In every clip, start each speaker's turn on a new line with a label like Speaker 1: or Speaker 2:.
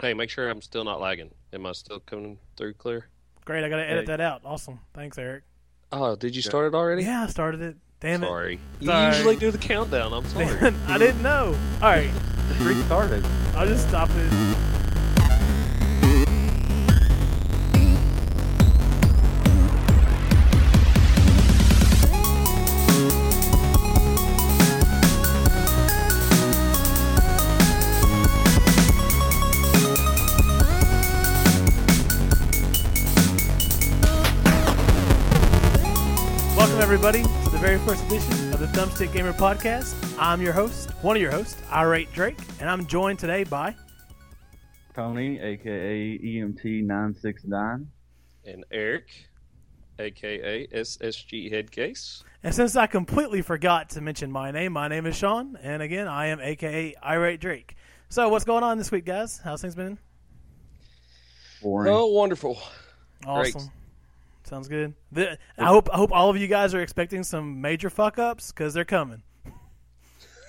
Speaker 1: Hey, make sure I'm still not lagging. Am I still coming through clear?
Speaker 2: Great, I gotta edit
Speaker 1: Yeah.
Speaker 2: that out. Awesome, thanks, Eric.
Speaker 1: Oh, did you start it already?
Speaker 2: Yeah, I started it. Damn it!
Speaker 1: Sorry. You
Speaker 2: Sorry.
Speaker 1: usually do the countdown. I'm sorry.
Speaker 2: Man, I didn't know. All right,
Speaker 3: Restarted.
Speaker 2: I'll just stop it. Welcome everybody to the very first edition of the Thumbstick Gamer Podcast. I'm your host, one of your hosts, Irate Drake, and I'm joined today by
Speaker 3: Tony, aka EMT E nine six nine.
Speaker 1: and Eric, aka SSG Headcase.
Speaker 2: And since I completely forgot to mention my name, my name is Sean, and again, I am AKA Irate Drake. So, what's going on this week, guys? How's things been?
Speaker 3: Boring.
Speaker 1: Oh, wonderful. Great.
Speaker 2: Awesome. Sounds good. The, I hope I hope all of you guys are expecting some major fuck ups because they're coming.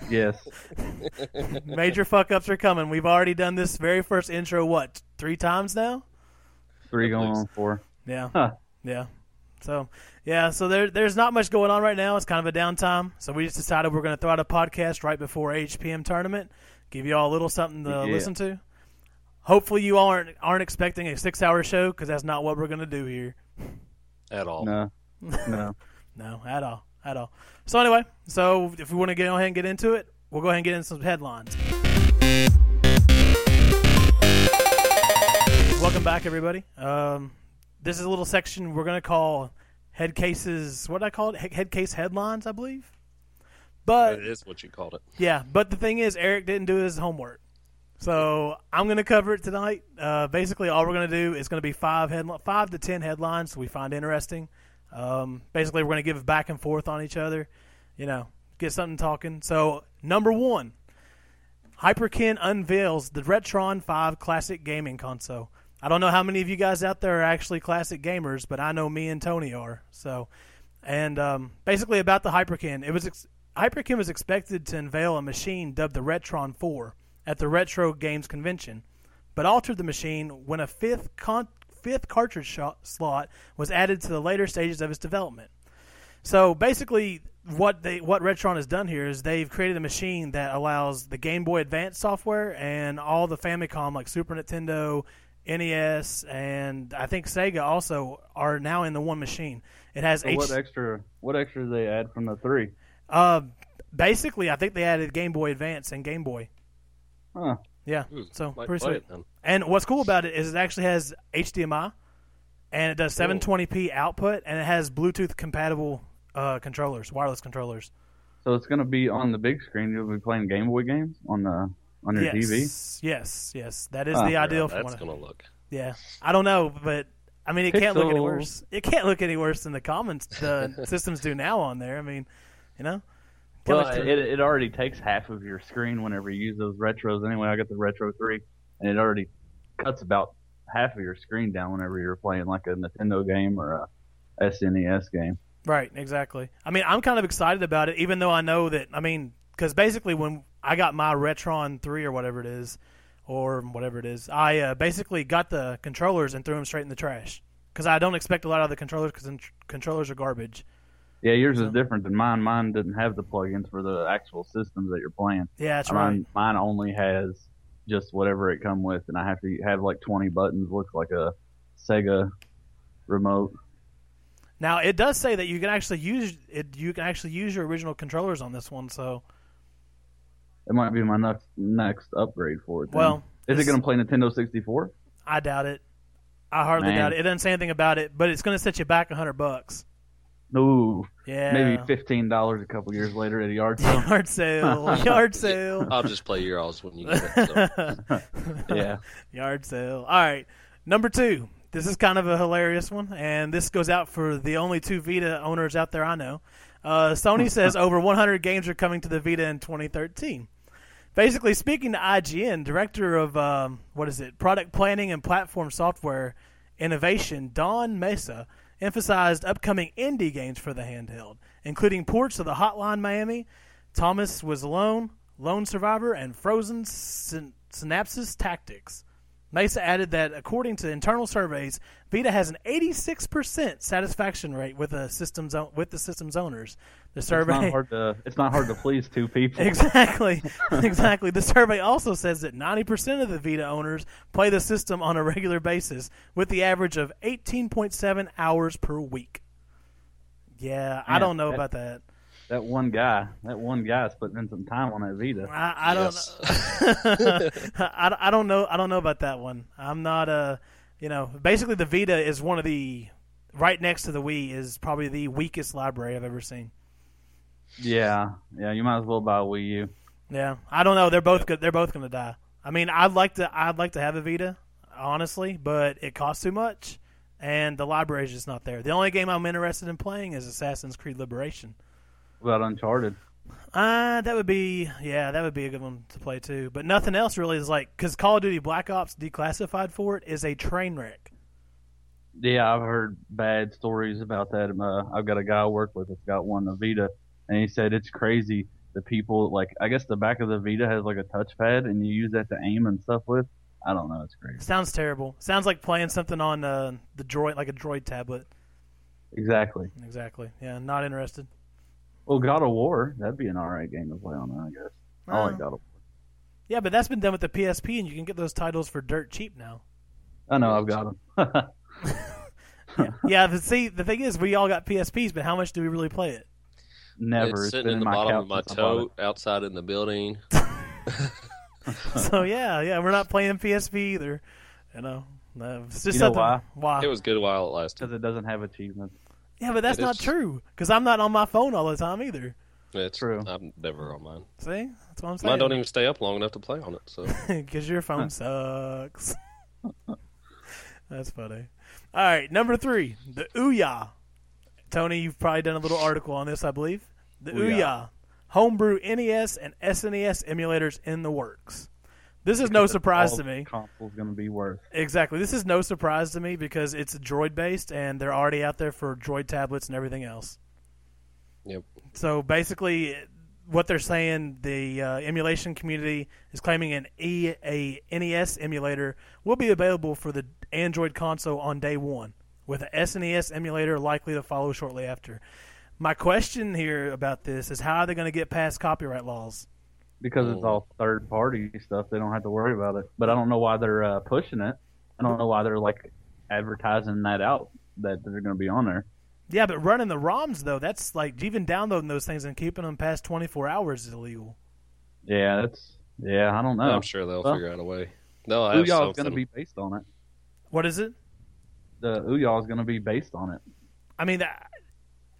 Speaker 3: Yes.
Speaker 2: Major fuck ups are coming. We've already done this very first intro what three times now.
Speaker 3: Three going
Speaker 1: least.
Speaker 3: on four.
Speaker 2: Yeah.
Speaker 3: Huh.
Speaker 2: Yeah. So, yeah, so there, there's not much going on right now. It's kind of a downtime. So we just decided we're going to throw out a podcast right before HPM tournament, give you all a little something to
Speaker 3: Yeah.
Speaker 2: listen to. Hopefully you all aren't aren't expecting a 6-hour show cuz that's not what we're going to do here.
Speaker 1: At all.
Speaker 3: No. No.
Speaker 2: No, at all. At all. So anyway, so if we want to go ahead and get into it, we'll go ahead and get into some headlines. Welcome back, everybody. Um, this is a little section we're going to call head cases. What did I call it? Head- Head case headlines, I believe. But
Speaker 1: That is what you called it.
Speaker 2: yeah, but the thing is, Eric didn't do his homework. So I'm going to cover it tonight. Uh, basically, all we're going to do is going to be five headli- five to ten headlines we find interesting. Um, basically, we're going to give back and forth on each other. You know, get something talking. So number one, Hyperkin unveils the Retron 5 classic gaming console. I don't know how many of you guys out there are actually classic gamers, but I know me and Tony are. So, and um, basically about the Hyperkin, it was ex- Hyperkin was expected to unveil a machine dubbed the Retron 4 at the Retro Games Convention, but altered the machine when a fifth con- fifth cartridge sho- slot was added to the later stages of its development. So basically, what they what Retron has done here is they've created a machine that allows the Game Boy Advance software and all the Famicom, like Super Nintendo, NES, and I think Sega also are now in the one machine. It has
Speaker 3: So
Speaker 2: H-
Speaker 3: what extra? What extra did they add from the three?
Speaker 2: uh, basically, I think they added Game Boy Advance and Game Boy.
Speaker 3: Huh.
Speaker 2: Yeah,
Speaker 1: Ooh,
Speaker 2: so
Speaker 1: Might
Speaker 2: pretty
Speaker 1: play
Speaker 2: sweet.
Speaker 1: it then.
Speaker 2: And what's cool about it is it actually has HDMI, and it does 720p output, and it has Bluetooth compatible uh, controllers, wireless controllers.
Speaker 3: So it's gonna be on the big screen. You'll be playing Game Boy games on the on your
Speaker 2: yes.
Speaker 3: TV.
Speaker 2: Yes, yes, that is
Speaker 3: Ah.
Speaker 2: the
Speaker 3: Yeah,
Speaker 2: ideal for
Speaker 1: That's
Speaker 2: one.
Speaker 1: gonna look.
Speaker 2: Yeah, I don't know, but I mean, it can't look any
Speaker 3: Pixels.
Speaker 2: worse. It can't look any worse than the common the systems do now on there. I mean, you know, Kinda
Speaker 3: Well,
Speaker 2: looks
Speaker 3: it,
Speaker 2: to-
Speaker 3: it already takes half of your screen whenever you use those retros. Anyway, I got the retro three, and it already cuts about half of your screen down whenever you're playing like a Nintendo game or a SNES game.
Speaker 2: Right, exactly. I mean, I'm kind of excited about it, even though I know that. I mean, because basically, when I got my Retron three or whatever it is, or whatever it is, I uh, basically got the controllers and threw them straight in the trash because I don't expect a lot out of the controllers because controllers are garbage.
Speaker 3: Yeah, yours
Speaker 2: So-
Speaker 3: is different than mine. Mine didn't have the plugins for the actual systems that you're playing.
Speaker 2: Yeah, that's right.
Speaker 3: mine, mine only has just whatever it come with, and I have to have like 20 buttons. Looks like a Sega remote.
Speaker 2: Now it does say that you can actually use it. You can actually use your original controllers on this one. So,
Speaker 3: It might be my next next upgrade for it. then.
Speaker 2: well,
Speaker 3: is it
Speaker 2: it's-
Speaker 3: going to play Nintendo 64?
Speaker 2: I doubt it. I hardly
Speaker 3: Man.
Speaker 2: doubt it. It doesn't say anything about it, but it's going to set you back a hundred bucks.
Speaker 3: No,
Speaker 2: Yeah,
Speaker 3: maybe fifteen dollars a couple years later at a yard sale.
Speaker 2: yard sale, yard sale.
Speaker 1: I'll just play your alls when you get it. So.
Speaker 3: yeah,
Speaker 2: Yard sale. All right. Number two. This is kind of a hilarious one, and this goes out for the only two Vita owners out there I know. Uh, Sony says over 100 games are coming to the Vita in 2013. Basically, speaking to IGN, director of um, what is it, product planning and platform software innovation, Don Mesa emphasized upcoming indie games for the handheld, including ports of the Hotline Miami, Thomas Was Alone, Lone Survivor, and Frozen Syn- Synapses Tactics. Mesa added that according to internal surveys, Vita has an 86% satisfaction rate with the system's o- with the system's owners. The survey
Speaker 3: It's not hard to it's not hard to please two people.
Speaker 2: Exactly. exactly. The survey also says that 90% of the Vita owners play the system on a regular basis with the average of 18.7 hours per week. Yeah, I
Speaker 3: Man,
Speaker 2: don't know
Speaker 3: that-
Speaker 2: about that.
Speaker 3: That one guy, that one guy's putting in some time on that Vita.
Speaker 2: I, I don't I, I don't know I don't know about that one. I'm not a you know, basically the Vita is one of the right next to the Wii is probably the weakest library I've ever seen.
Speaker 3: Yeah, yeah. You might as well buy a Wii U.
Speaker 2: Yeah, I don't know. They're both good. They're both going to die. I mean, I'd like to. I'd like to have a Vita, honestly, but it costs too much, and the library's just not there. The only game I'm interested in playing is Assassin's Creed Liberation.
Speaker 3: What About Uncharted.
Speaker 2: Uh, that would be yeah, that would be a good one to play too. But nothing else really is like because Call of Duty Black Ops Declassified for it is a train wreck.
Speaker 3: Yeah, I've heard bad stories about that. Um, Uh, I've got a guy I work with that's got one, a Vita, and he said it's crazy. The people like, I guess the back of the Vita has like a touchpad, and you use that to aim and stuff with. I don't know. It's crazy.
Speaker 2: Sounds terrible. Sounds like playing something on uh, the droid, like a droid tablet.
Speaker 3: Exactly.
Speaker 2: Exactly. Yeah, not interested.
Speaker 3: Well, God of War, that'd be an alright game to play on that, I guess. I
Speaker 2: Uh,
Speaker 3: like God of War.
Speaker 2: yeah, but that's been done with the PSP, and you can get those titles for dirt cheap now.
Speaker 3: I know I've got them.
Speaker 2: yeah, but see, the thing is, we all got PSPs, but how much do we really play it?
Speaker 3: Never.
Speaker 1: It's sitting
Speaker 3: been
Speaker 1: in the
Speaker 3: my
Speaker 1: bottom
Speaker 3: couch
Speaker 1: of my
Speaker 3: since I bought it.
Speaker 1: tote, outside in the building.
Speaker 2: so yeah, yeah, we're not playing PSP either. You know, No, it's just
Speaker 3: You know
Speaker 2: something.
Speaker 3: why?
Speaker 1: It was good while it lasted.
Speaker 3: Because it doesn't have achievements.
Speaker 2: yeah, but that's
Speaker 1: it is-
Speaker 2: not true because I'm not on my phone all the time either.
Speaker 1: It's
Speaker 3: True.
Speaker 1: I'm never on mine.
Speaker 2: See, that's what I'm saying.
Speaker 1: Mine don't e- even stay up long enough to play on it. So
Speaker 2: because your phone sucks. That's funny. All right, number three, the Ouya. Tony, you've probably done a little article on this, I believe. The
Speaker 3: Ouya.
Speaker 2: Ouya, homebrew NES and SNES emulators in the works. This is no surprise
Speaker 3: All
Speaker 2: to me.
Speaker 3: Console's going to be worth.
Speaker 2: Exactly. This is no surprise to me because it's droid based and they're already out there for droid tablets and everything else.
Speaker 1: yep.
Speaker 2: So basically, what they're saying, the uh, emulation community is claiming an e a NES emulator will be available for the Android console on day one, with a SNES emulator likely to follow shortly after. My question here about this is how are they going to get past copyright laws?
Speaker 3: Because
Speaker 1: Mm.
Speaker 3: it's all third party stuff. They don't have to worry about it. But I don't know why they're uh, pushing it. I don't know why they're like advertising that out that they're going to be on there.
Speaker 2: Yeah, but running the ROMs though, that's like even downloading those things and keeping them past 24 hours is illegal.
Speaker 3: Yeah, that's. Yeah, I don't know.
Speaker 1: I'm sure they'll
Speaker 3: Well.
Speaker 1: figure out a way. No, I
Speaker 3: Ouya
Speaker 1: have
Speaker 3: is
Speaker 1: something.
Speaker 3: going to be based on it.
Speaker 2: What is it?
Speaker 3: The Ouya is going to be based on it.
Speaker 2: I mean, that,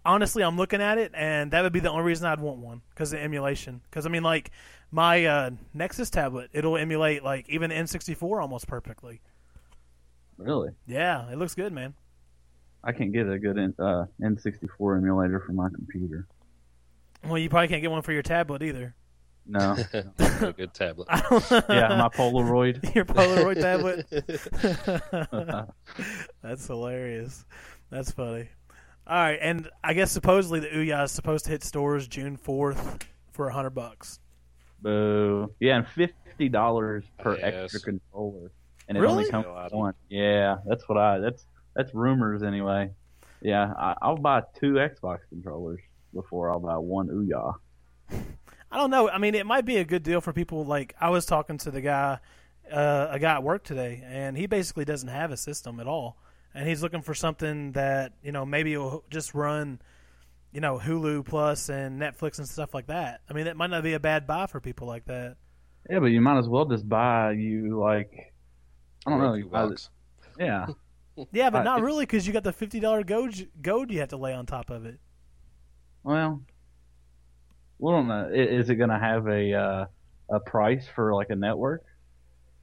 Speaker 2: honestly, I'm looking at it, and that would be the only reason I'd want one because the emulation. Because I mean, like my uh, Nexus tablet, it'll emulate like even the N64 almost perfectly.
Speaker 3: Really?
Speaker 2: Yeah, it looks good, man.
Speaker 3: I can't get a good N, uh, N64 emulator for my computer.
Speaker 2: Well, you probably can't get one for your tablet either.
Speaker 3: No.
Speaker 1: a good tablet.
Speaker 3: yeah, my Polaroid.
Speaker 2: your Polaroid tablet. That's hilarious. That's funny. All right, and I guess supposedly the Ouya is supposed to hit stores June 4th for a hundred bucks.
Speaker 3: Boo. Yeah, and fifty dollars per
Speaker 1: Yes.
Speaker 3: extra controller, and it
Speaker 2: Really?
Speaker 3: only comes
Speaker 1: No, I
Speaker 3: with
Speaker 1: don't-
Speaker 3: one. Yeah, that's what I. That's that's rumors anyway. Yeah, I, I'll buy two Xbox controllers before I'll buy one Ouya.
Speaker 2: I don't know. I mean, it might be a good deal for people. Like I was talking to the guy, uh, a guy at work today, and he basically doesn't have a system at all, and he's looking for something that you know maybe will just run, you know, Hulu Plus and Netflix and stuff like that. I mean, that might not be a bad buy for people like that.
Speaker 3: Yeah, but you might as well just buy you like. I don't know.
Speaker 1: Roku
Speaker 3: you buy
Speaker 1: box.
Speaker 3: the- Yeah,
Speaker 2: Yeah, but
Speaker 3: Right.
Speaker 2: not really because you got the fifty dollar goad goad you have to lay on top of it.
Speaker 3: well, we don't know. I- Is it gonna have a uh, a price for like a network?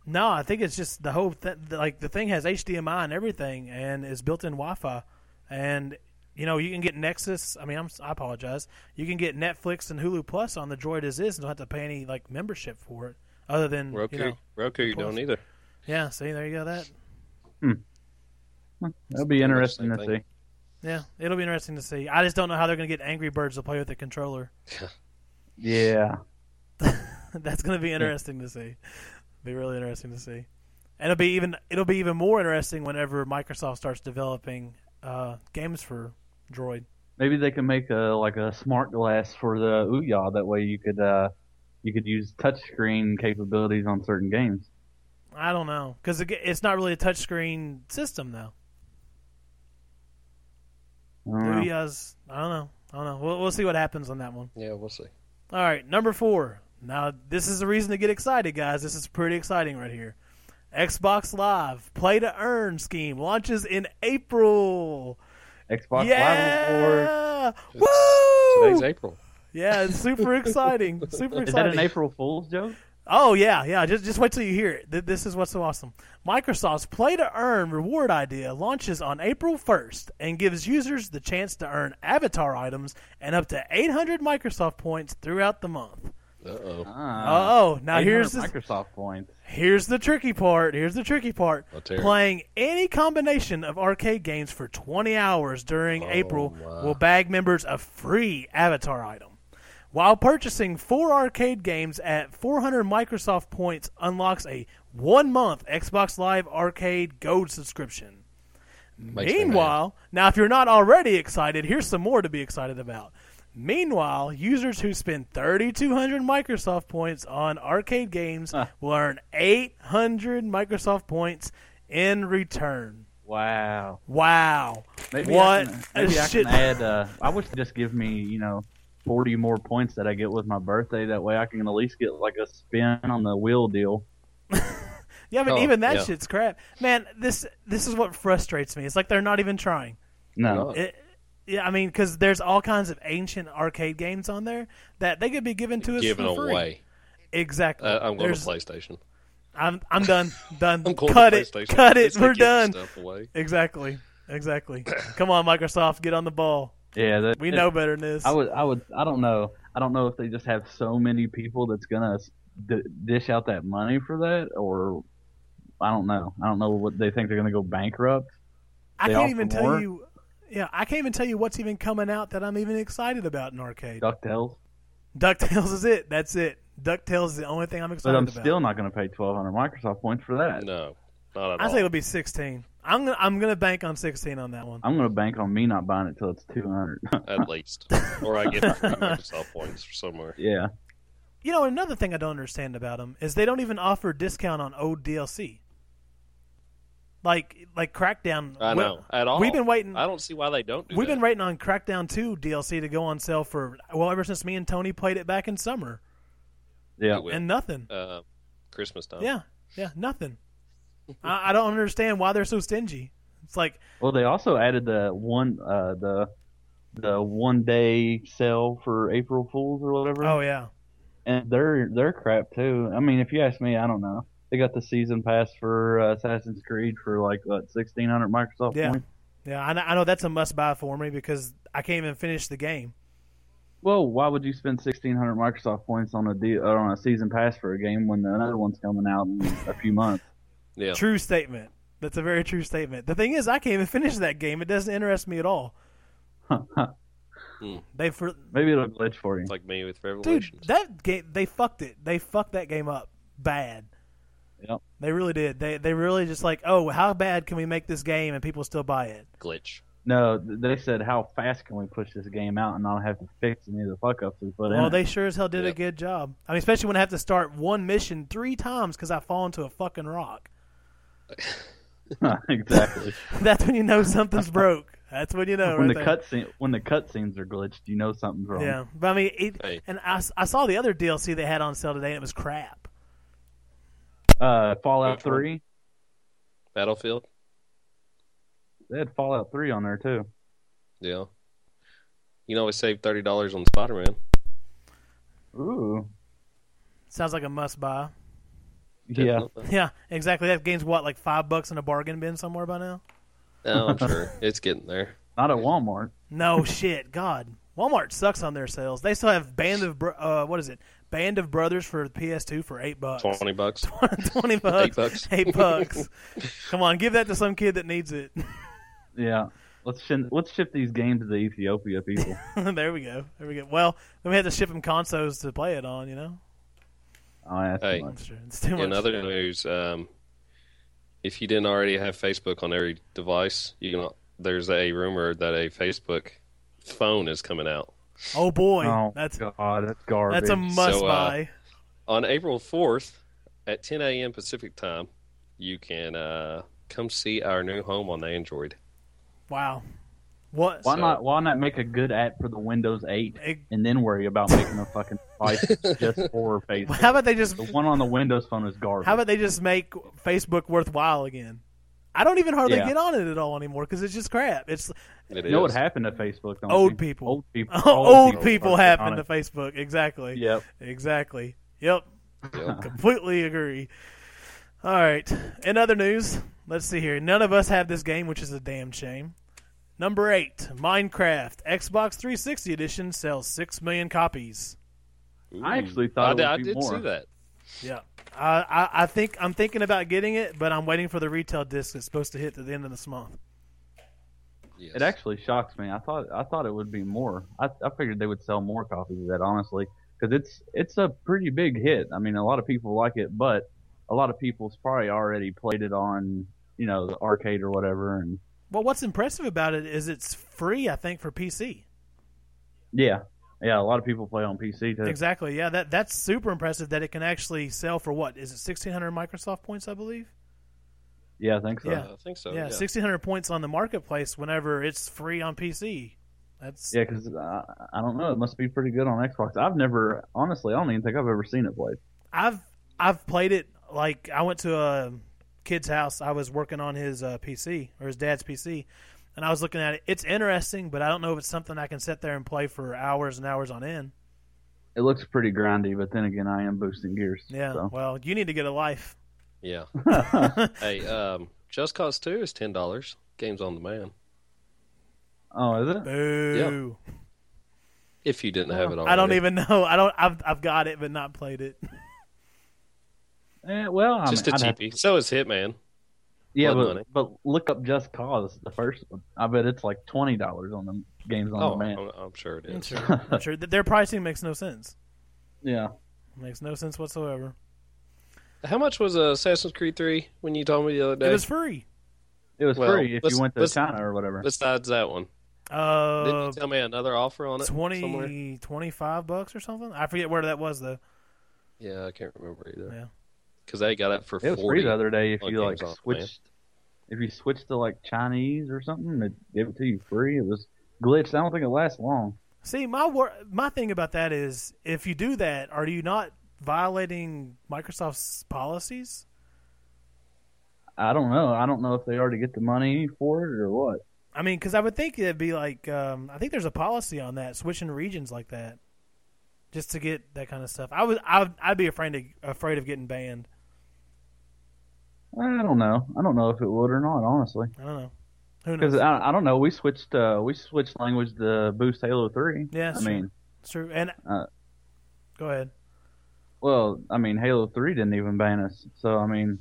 Speaker 2: No, I think it's just the whole th- like the thing has HDMI and everything, and is built-in Wi-Fi, and you know you can get Nexus. I mean, I'm, si apologize. You can get Netflix and Hulu Plus on the Droid as is, and don't have to pay any like membership for it, other than
Speaker 1: Roku.
Speaker 2: you know.
Speaker 1: Roku, you don't
Speaker 2: Plus.
Speaker 1: either.
Speaker 2: Yeah, see, there you go. That
Speaker 3: That'll be
Speaker 1: pretty much
Speaker 3: interesting
Speaker 1: the
Speaker 3: to
Speaker 1: same
Speaker 3: see.
Speaker 1: thing.
Speaker 2: yeah, it'll be interesting to see. I just don't know how they're going to get Angry Birds to play with the controller.
Speaker 3: Yeah.
Speaker 2: That's going to be interesting to see. Be really interesting to see. And it'll be even it'll be even more interesting whenever Microsoft starts developing uh, games for Droid.
Speaker 3: Maybe they can make a like a smart glass for the Ouya. That way you could uh, you could use touchscreen capabilities on certain games.
Speaker 2: I don't know because it's not really a touchscreen system though.
Speaker 3: I don't know.
Speaker 2: Ouya's I don't know. I don't know. We'll, we'll see what happens on that one.
Speaker 1: Yeah, we'll see.
Speaker 2: All right, number four. Now, this is a reason to get excited, guys. This is pretty exciting right here. Xbox Live Play to Earn scheme launches in April.
Speaker 3: Xbox Live Award.
Speaker 2: yeah!
Speaker 1: Today's
Speaker 2: Woo!
Speaker 1: April.
Speaker 2: Yeah, it's super exciting. Super
Speaker 3: Is that
Speaker 2: exciting.
Speaker 3: an April Fool's joke?
Speaker 2: Oh yeah, yeah. Just just wait till you hear it. Th- This is what's so awesome. Microsoft's play to earn reward idea launches on April 1st and gives users the chance to earn avatar items and up to 800 Microsoft points throughout the month.
Speaker 1: Uh oh.
Speaker 3: Ah,
Speaker 2: Oh, now
Speaker 3: 800
Speaker 2: here's this,
Speaker 3: Microsoft points.
Speaker 2: here's the tricky part. Here's the tricky part.
Speaker 1: Let's hear it.
Speaker 2: Playing any combination of arcade games for 20 hours during
Speaker 1: Oh,
Speaker 2: April
Speaker 1: wow.
Speaker 2: will bag members a free avatar item. While purchasing four arcade games at 400 Microsoft points unlocks a one month Xbox Live Arcade Gold subscription.
Speaker 1: Makes me
Speaker 2: Meanwhile, now if you're not already excited, here's some more to be excited about. Meanwhile, users who spend 3,200 Microsoft points on arcade games
Speaker 3: Huh.
Speaker 2: will earn 800 Microsoft points in return.
Speaker 3: Wow.
Speaker 2: Wow.
Speaker 3: Maybe I
Speaker 2: what
Speaker 3: can,
Speaker 2: a
Speaker 3: maybe I
Speaker 2: shit.
Speaker 3: can add. Uh, I wish they just give me, you know, forty more points that I get with my birthday. That way, I can at least get like a spin on the wheel deal.
Speaker 2: yeah, but
Speaker 1: Oh,
Speaker 2: even that
Speaker 1: yeah.
Speaker 2: shit's crap. Man, this this is what frustrates me. It's like they're not even trying.
Speaker 3: No,
Speaker 1: No.
Speaker 2: It, yeah, I mean, because there's all kinds of ancient arcade games on there that they could be given to us
Speaker 1: Giving
Speaker 2: for free.
Speaker 1: away.
Speaker 2: Exactly.
Speaker 1: Uh, I'm going
Speaker 2: There's-
Speaker 1: to PlayStation.
Speaker 2: I'm I'm done. Done.
Speaker 1: I'm going
Speaker 2: Cut
Speaker 1: to
Speaker 2: it.
Speaker 1: PlayStation.
Speaker 2: Cut it.
Speaker 1: It's like
Speaker 2: We're
Speaker 1: giving
Speaker 2: done.
Speaker 1: Stuff away.
Speaker 2: Exactly. Exactly. Come on, Microsoft, get on the ball.
Speaker 3: yeah, that,
Speaker 2: We know better than this.
Speaker 3: I would, I would, I don't know. I don't know if they just have so many people that's gonna d- dish out that money for that, or I don't know. I don't know what they think they're gonna go bankrupt.
Speaker 2: I
Speaker 3: they
Speaker 2: can't
Speaker 3: offer
Speaker 2: even tell
Speaker 3: more?
Speaker 2: you. Yeah, I can't even tell you what's even coming out that I'm even excited about in arcade.
Speaker 3: Ducktales,
Speaker 2: Ducktales is it. That's it. Ducktales is the only thing I'm excited
Speaker 3: but I'm
Speaker 2: about.
Speaker 3: still not gonna pay 1,200 Microsoft points for that.
Speaker 1: No, not at
Speaker 2: I
Speaker 1: all.
Speaker 2: think it'll be 16. I'm gonna I'm gonna bank on 16 on that one.
Speaker 3: I'm gonna bank on me not buying it till it's 200.
Speaker 1: at least. Or I get it from Microsoft points from somewhere.
Speaker 3: yeah,
Speaker 2: You know, another thing I don't understand about them is they don't even offer discount on old DLC. Like like Crackdown.
Speaker 1: I
Speaker 2: we-
Speaker 1: know. At all.
Speaker 2: We've been waiting.
Speaker 1: I don't see why they don't do
Speaker 2: We've
Speaker 1: that.
Speaker 2: been waiting on Crackdown 2 DLC to go on sale for well ever since me and Tony played it back in summer
Speaker 3: yeah.
Speaker 1: It will.
Speaker 2: and nothing.
Speaker 1: uh, Christmas time.
Speaker 2: Yeah, yeah, nothing. I, I don't understand why they're so stingy. It's like
Speaker 3: Well, they also added the one, uh, the the one day sale for April Fools or whatever.
Speaker 2: oh yeah,
Speaker 3: and they're they're crap too. I mean, if you ask me, I don't know. They got the season pass for uh, Assassin's Creed for like what sixteen hundred Microsoft
Speaker 2: Yeah.
Speaker 3: points.
Speaker 2: yeah. I, kn- I know that's a must buy for me because I can't even finish the game.
Speaker 3: Well, why would you spend sixteen hundred Microsoft points on a deal, or on a season pass for a game when another one's coming out in a few months?
Speaker 1: Yeah.
Speaker 2: True statement. That's a very true statement. The thing is, I can't even finish that game. It doesn't interest me at all. They for
Speaker 3: Maybe it'll glitch for you.
Speaker 1: It's like me with
Speaker 2: dude
Speaker 1: Revelations.
Speaker 2: that game they fucked it. They fucked that game up bad.
Speaker 3: Yep.
Speaker 2: They really did. They they really just like, oh, how bad can we make this game and people still buy it?
Speaker 1: Glitch.
Speaker 3: No, th- they said how fast can we push this game out and not have to fix any of the fuck ups we put in.
Speaker 2: Well,
Speaker 3: it?"
Speaker 2: they sure as hell did a
Speaker 1: Yep.
Speaker 2: good job. I mean, especially when I have to start one mission three times because I fall into a fucking rock.
Speaker 3: exactly.
Speaker 2: That's when you know something's broke. That's when you know.
Speaker 3: when
Speaker 2: right
Speaker 3: the
Speaker 2: there.
Speaker 3: cutscene when the cutscenes are glitched, you know something's wrong.
Speaker 2: Yeah, but I mean, it,
Speaker 1: Hey.
Speaker 2: and I, s- I saw the other DLC they had on sale today, and it was crap.
Speaker 3: Uh, Fallout
Speaker 1: Which one?
Speaker 3: Three.
Speaker 1: Battlefield.
Speaker 3: They had Fallout Three on there too.
Speaker 1: Yeah. You know, we saved thirty dollars on Spider Man.
Speaker 3: Ooh.
Speaker 2: Sounds like a must buy.
Speaker 3: Yeah.
Speaker 2: Yeah, exactly. That game's what like five bucks in a bargain bin somewhere by now.
Speaker 1: No, Oh, I'm sure it's getting there.
Speaker 3: Not at Walmart.
Speaker 2: No shit, God. Walmart sucks on their sales. They still have Band of Bro- uh, what is it? Band of Brothers for PS2 for eight bucks.
Speaker 1: Twenty bucks.
Speaker 2: 20 bucks.
Speaker 1: Eight bucks.
Speaker 2: Eight bucks. Come on, give that to some kid that needs it.
Speaker 3: Yeah. Let's sh- let's ship these games to the Ethiopia people.
Speaker 2: there we go. There we go. Well, then we have to ship them consoles to play it on. You know,
Speaker 3: oh, that's too
Speaker 1: Hey.
Speaker 3: much.
Speaker 2: It's too much.
Speaker 1: In other news, um, if you didn't already have Facebook on every device, you can. There's a rumor that a Facebook phone is coming out
Speaker 2: Oh boy,
Speaker 3: oh
Speaker 2: that's
Speaker 3: God, that's garbage.
Speaker 2: that's a must
Speaker 1: uh,
Speaker 2: buy.
Speaker 1: on April 4th at 10 a.m. Pacific time. You can uh, come see our new home on Android.
Speaker 2: Wow, what?
Speaker 3: why
Speaker 1: so-
Speaker 3: not? Why not make a good app for the Windows 8
Speaker 2: It-
Speaker 3: and then worry about making a fucking device just for Facebook?
Speaker 2: how about they just
Speaker 3: The one on the Windows phone is garbage.
Speaker 2: how about they just make Facebook worthwhile again? I don't even hardly
Speaker 3: Yeah.
Speaker 2: get on it at all anymore because it's just crap. It's
Speaker 1: It
Speaker 3: you know what
Speaker 1: is.
Speaker 3: happened to Facebook? Don't
Speaker 2: Old
Speaker 3: you?
Speaker 2: people.
Speaker 3: Old people.
Speaker 2: old people
Speaker 3: are
Speaker 2: happen
Speaker 3: on
Speaker 2: to
Speaker 3: it.
Speaker 2: Facebook. Exactly.
Speaker 3: Yep.
Speaker 2: Exactly. Yep.
Speaker 1: Yep.
Speaker 2: Completely agree. All right. In other news, let's see here. None of us have this game, which is a damn shame. Number eight, Minecraft Xbox 360 edition sells six million copies.
Speaker 3: I
Speaker 1: Ooh.
Speaker 3: actually thought
Speaker 1: I
Speaker 3: it
Speaker 1: did,
Speaker 3: would
Speaker 1: I
Speaker 3: be
Speaker 1: did
Speaker 3: more.
Speaker 1: see that.
Speaker 2: Yeah, I, I I think I'm thinking about getting it, but I'm waiting for the retail disc that's supposed to hit at the end of this month.
Speaker 1: Yes.
Speaker 3: It actually shocks me. I thought I thought it would be more. I, I figured they would sell more copies of that, honestly, because it's it's a pretty big hit. I mean, a lot of people like it, but a lot of people's probably already played it on you know the arcade or whatever. And
Speaker 2: Well, what's impressive about it is it's free, I think, for PC.
Speaker 3: yeah, yeah, a lot of people play on PC too.
Speaker 2: Exactly. Yeah, that that's super impressive that it can actually sell for what is it 1600 Microsoft points, I believe.
Speaker 3: Yeah, I think so.
Speaker 2: Yeah.
Speaker 1: I think
Speaker 3: Oh,
Speaker 1: so.
Speaker 2: yeah,
Speaker 1: Yeah.
Speaker 2: 1600 points on the marketplace whenever it's free on PC. That's
Speaker 3: Yeah, because I, I don't know. It must be pretty good on Xbox. I've never, honestly, I don't even think I've ever seen it played.
Speaker 2: I've I've played it like I went to a kid's house. I was working on his uh, PC or his dad's PC, and I was looking at it. It's interesting, but I don't know if it's something I can sit there and play for hours and hours on end.
Speaker 3: It looks pretty grindy, but then again, I am boosting gears.
Speaker 2: Yeah.
Speaker 3: so.
Speaker 2: Well, you need to get a life.
Speaker 1: Yeah. hey, um, Just Cause 2 is $10. Games on demand.
Speaker 3: oh, is it?
Speaker 2: Boo.
Speaker 1: If you didn't have it already.
Speaker 2: I don't even know. I don't. I've I've got it, but not played it.
Speaker 3: Eh, well, I
Speaker 1: Just
Speaker 3: mean, I'd
Speaker 1: a
Speaker 3: have-
Speaker 1: cheapie. So is Hitman.
Speaker 3: yeah,
Speaker 1: Blood
Speaker 3: but,
Speaker 1: Money.
Speaker 3: but look up Just Cause, the first one. I bet it's like twenty dollars on the games on
Speaker 1: Oh,
Speaker 3: demand.
Speaker 1: I'm, I'm sure it
Speaker 2: I'm
Speaker 1: is.
Speaker 2: sure. I'm sure. Th- Their pricing makes no sense.
Speaker 3: Yeah,
Speaker 2: Makes no sense whatsoever.
Speaker 1: How much was uh, Assassin's Creed 3 when you told me the other day?
Speaker 2: It was free.
Speaker 3: it was
Speaker 1: Well,
Speaker 3: free if
Speaker 1: let's-
Speaker 3: you went to
Speaker 1: let's-
Speaker 3: China or whatever.
Speaker 1: Besides that one. Didn't
Speaker 2: Uh,
Speaker 1: you tell me another offer on it? somewhere?
Speaker 2: 20, 25 bucks or something. I forget where that was though.
Speaker 1: Yeah, I can't remember either.
Speaker 2: Yeah.
Speaker 1: Because they got it for
Speaker 3: It was
Speaker 1: 40
Speaker 3: free the other day if
Speaker 1: on
Speaker 3: you like
Speaker 1: Amazon, man.
Speaker 3: switched. If you switched to like Chinese or something, it gave it to you free. It was glitched. I don't think it lasts long.
Speaker 2: See, my wor- my thing about that is, if you do that, are you not violating Microsoft's policies?
Speaker 3: I don't know. I don't know if they already get the money for it or what.
Speaker 2: I mean, because I would think it'd be like, um, I think there's a policy on that switching regions like that, just to get that kind of stuff. I was, I'd, I'd be afraid of, afraid of getting banned.
Speaker 3: I don't know. I don't know if it would or not, honestly.
Speaker 2: I don't know. Who knows?
Speaker 3: Because I, I don't know. We switched. Uh, we switched language to boost Halo Three.
Speaker 2: Yeah,
Speaker 3: I
Speaker 2: sure.
Speaker 3: mean,
Speaker 2: it's true. And
Speaker 3: uh,
Speaker 2: go ahead.
Speaker 3: well, I mean, Halo Three didn't even ban us. So I mean,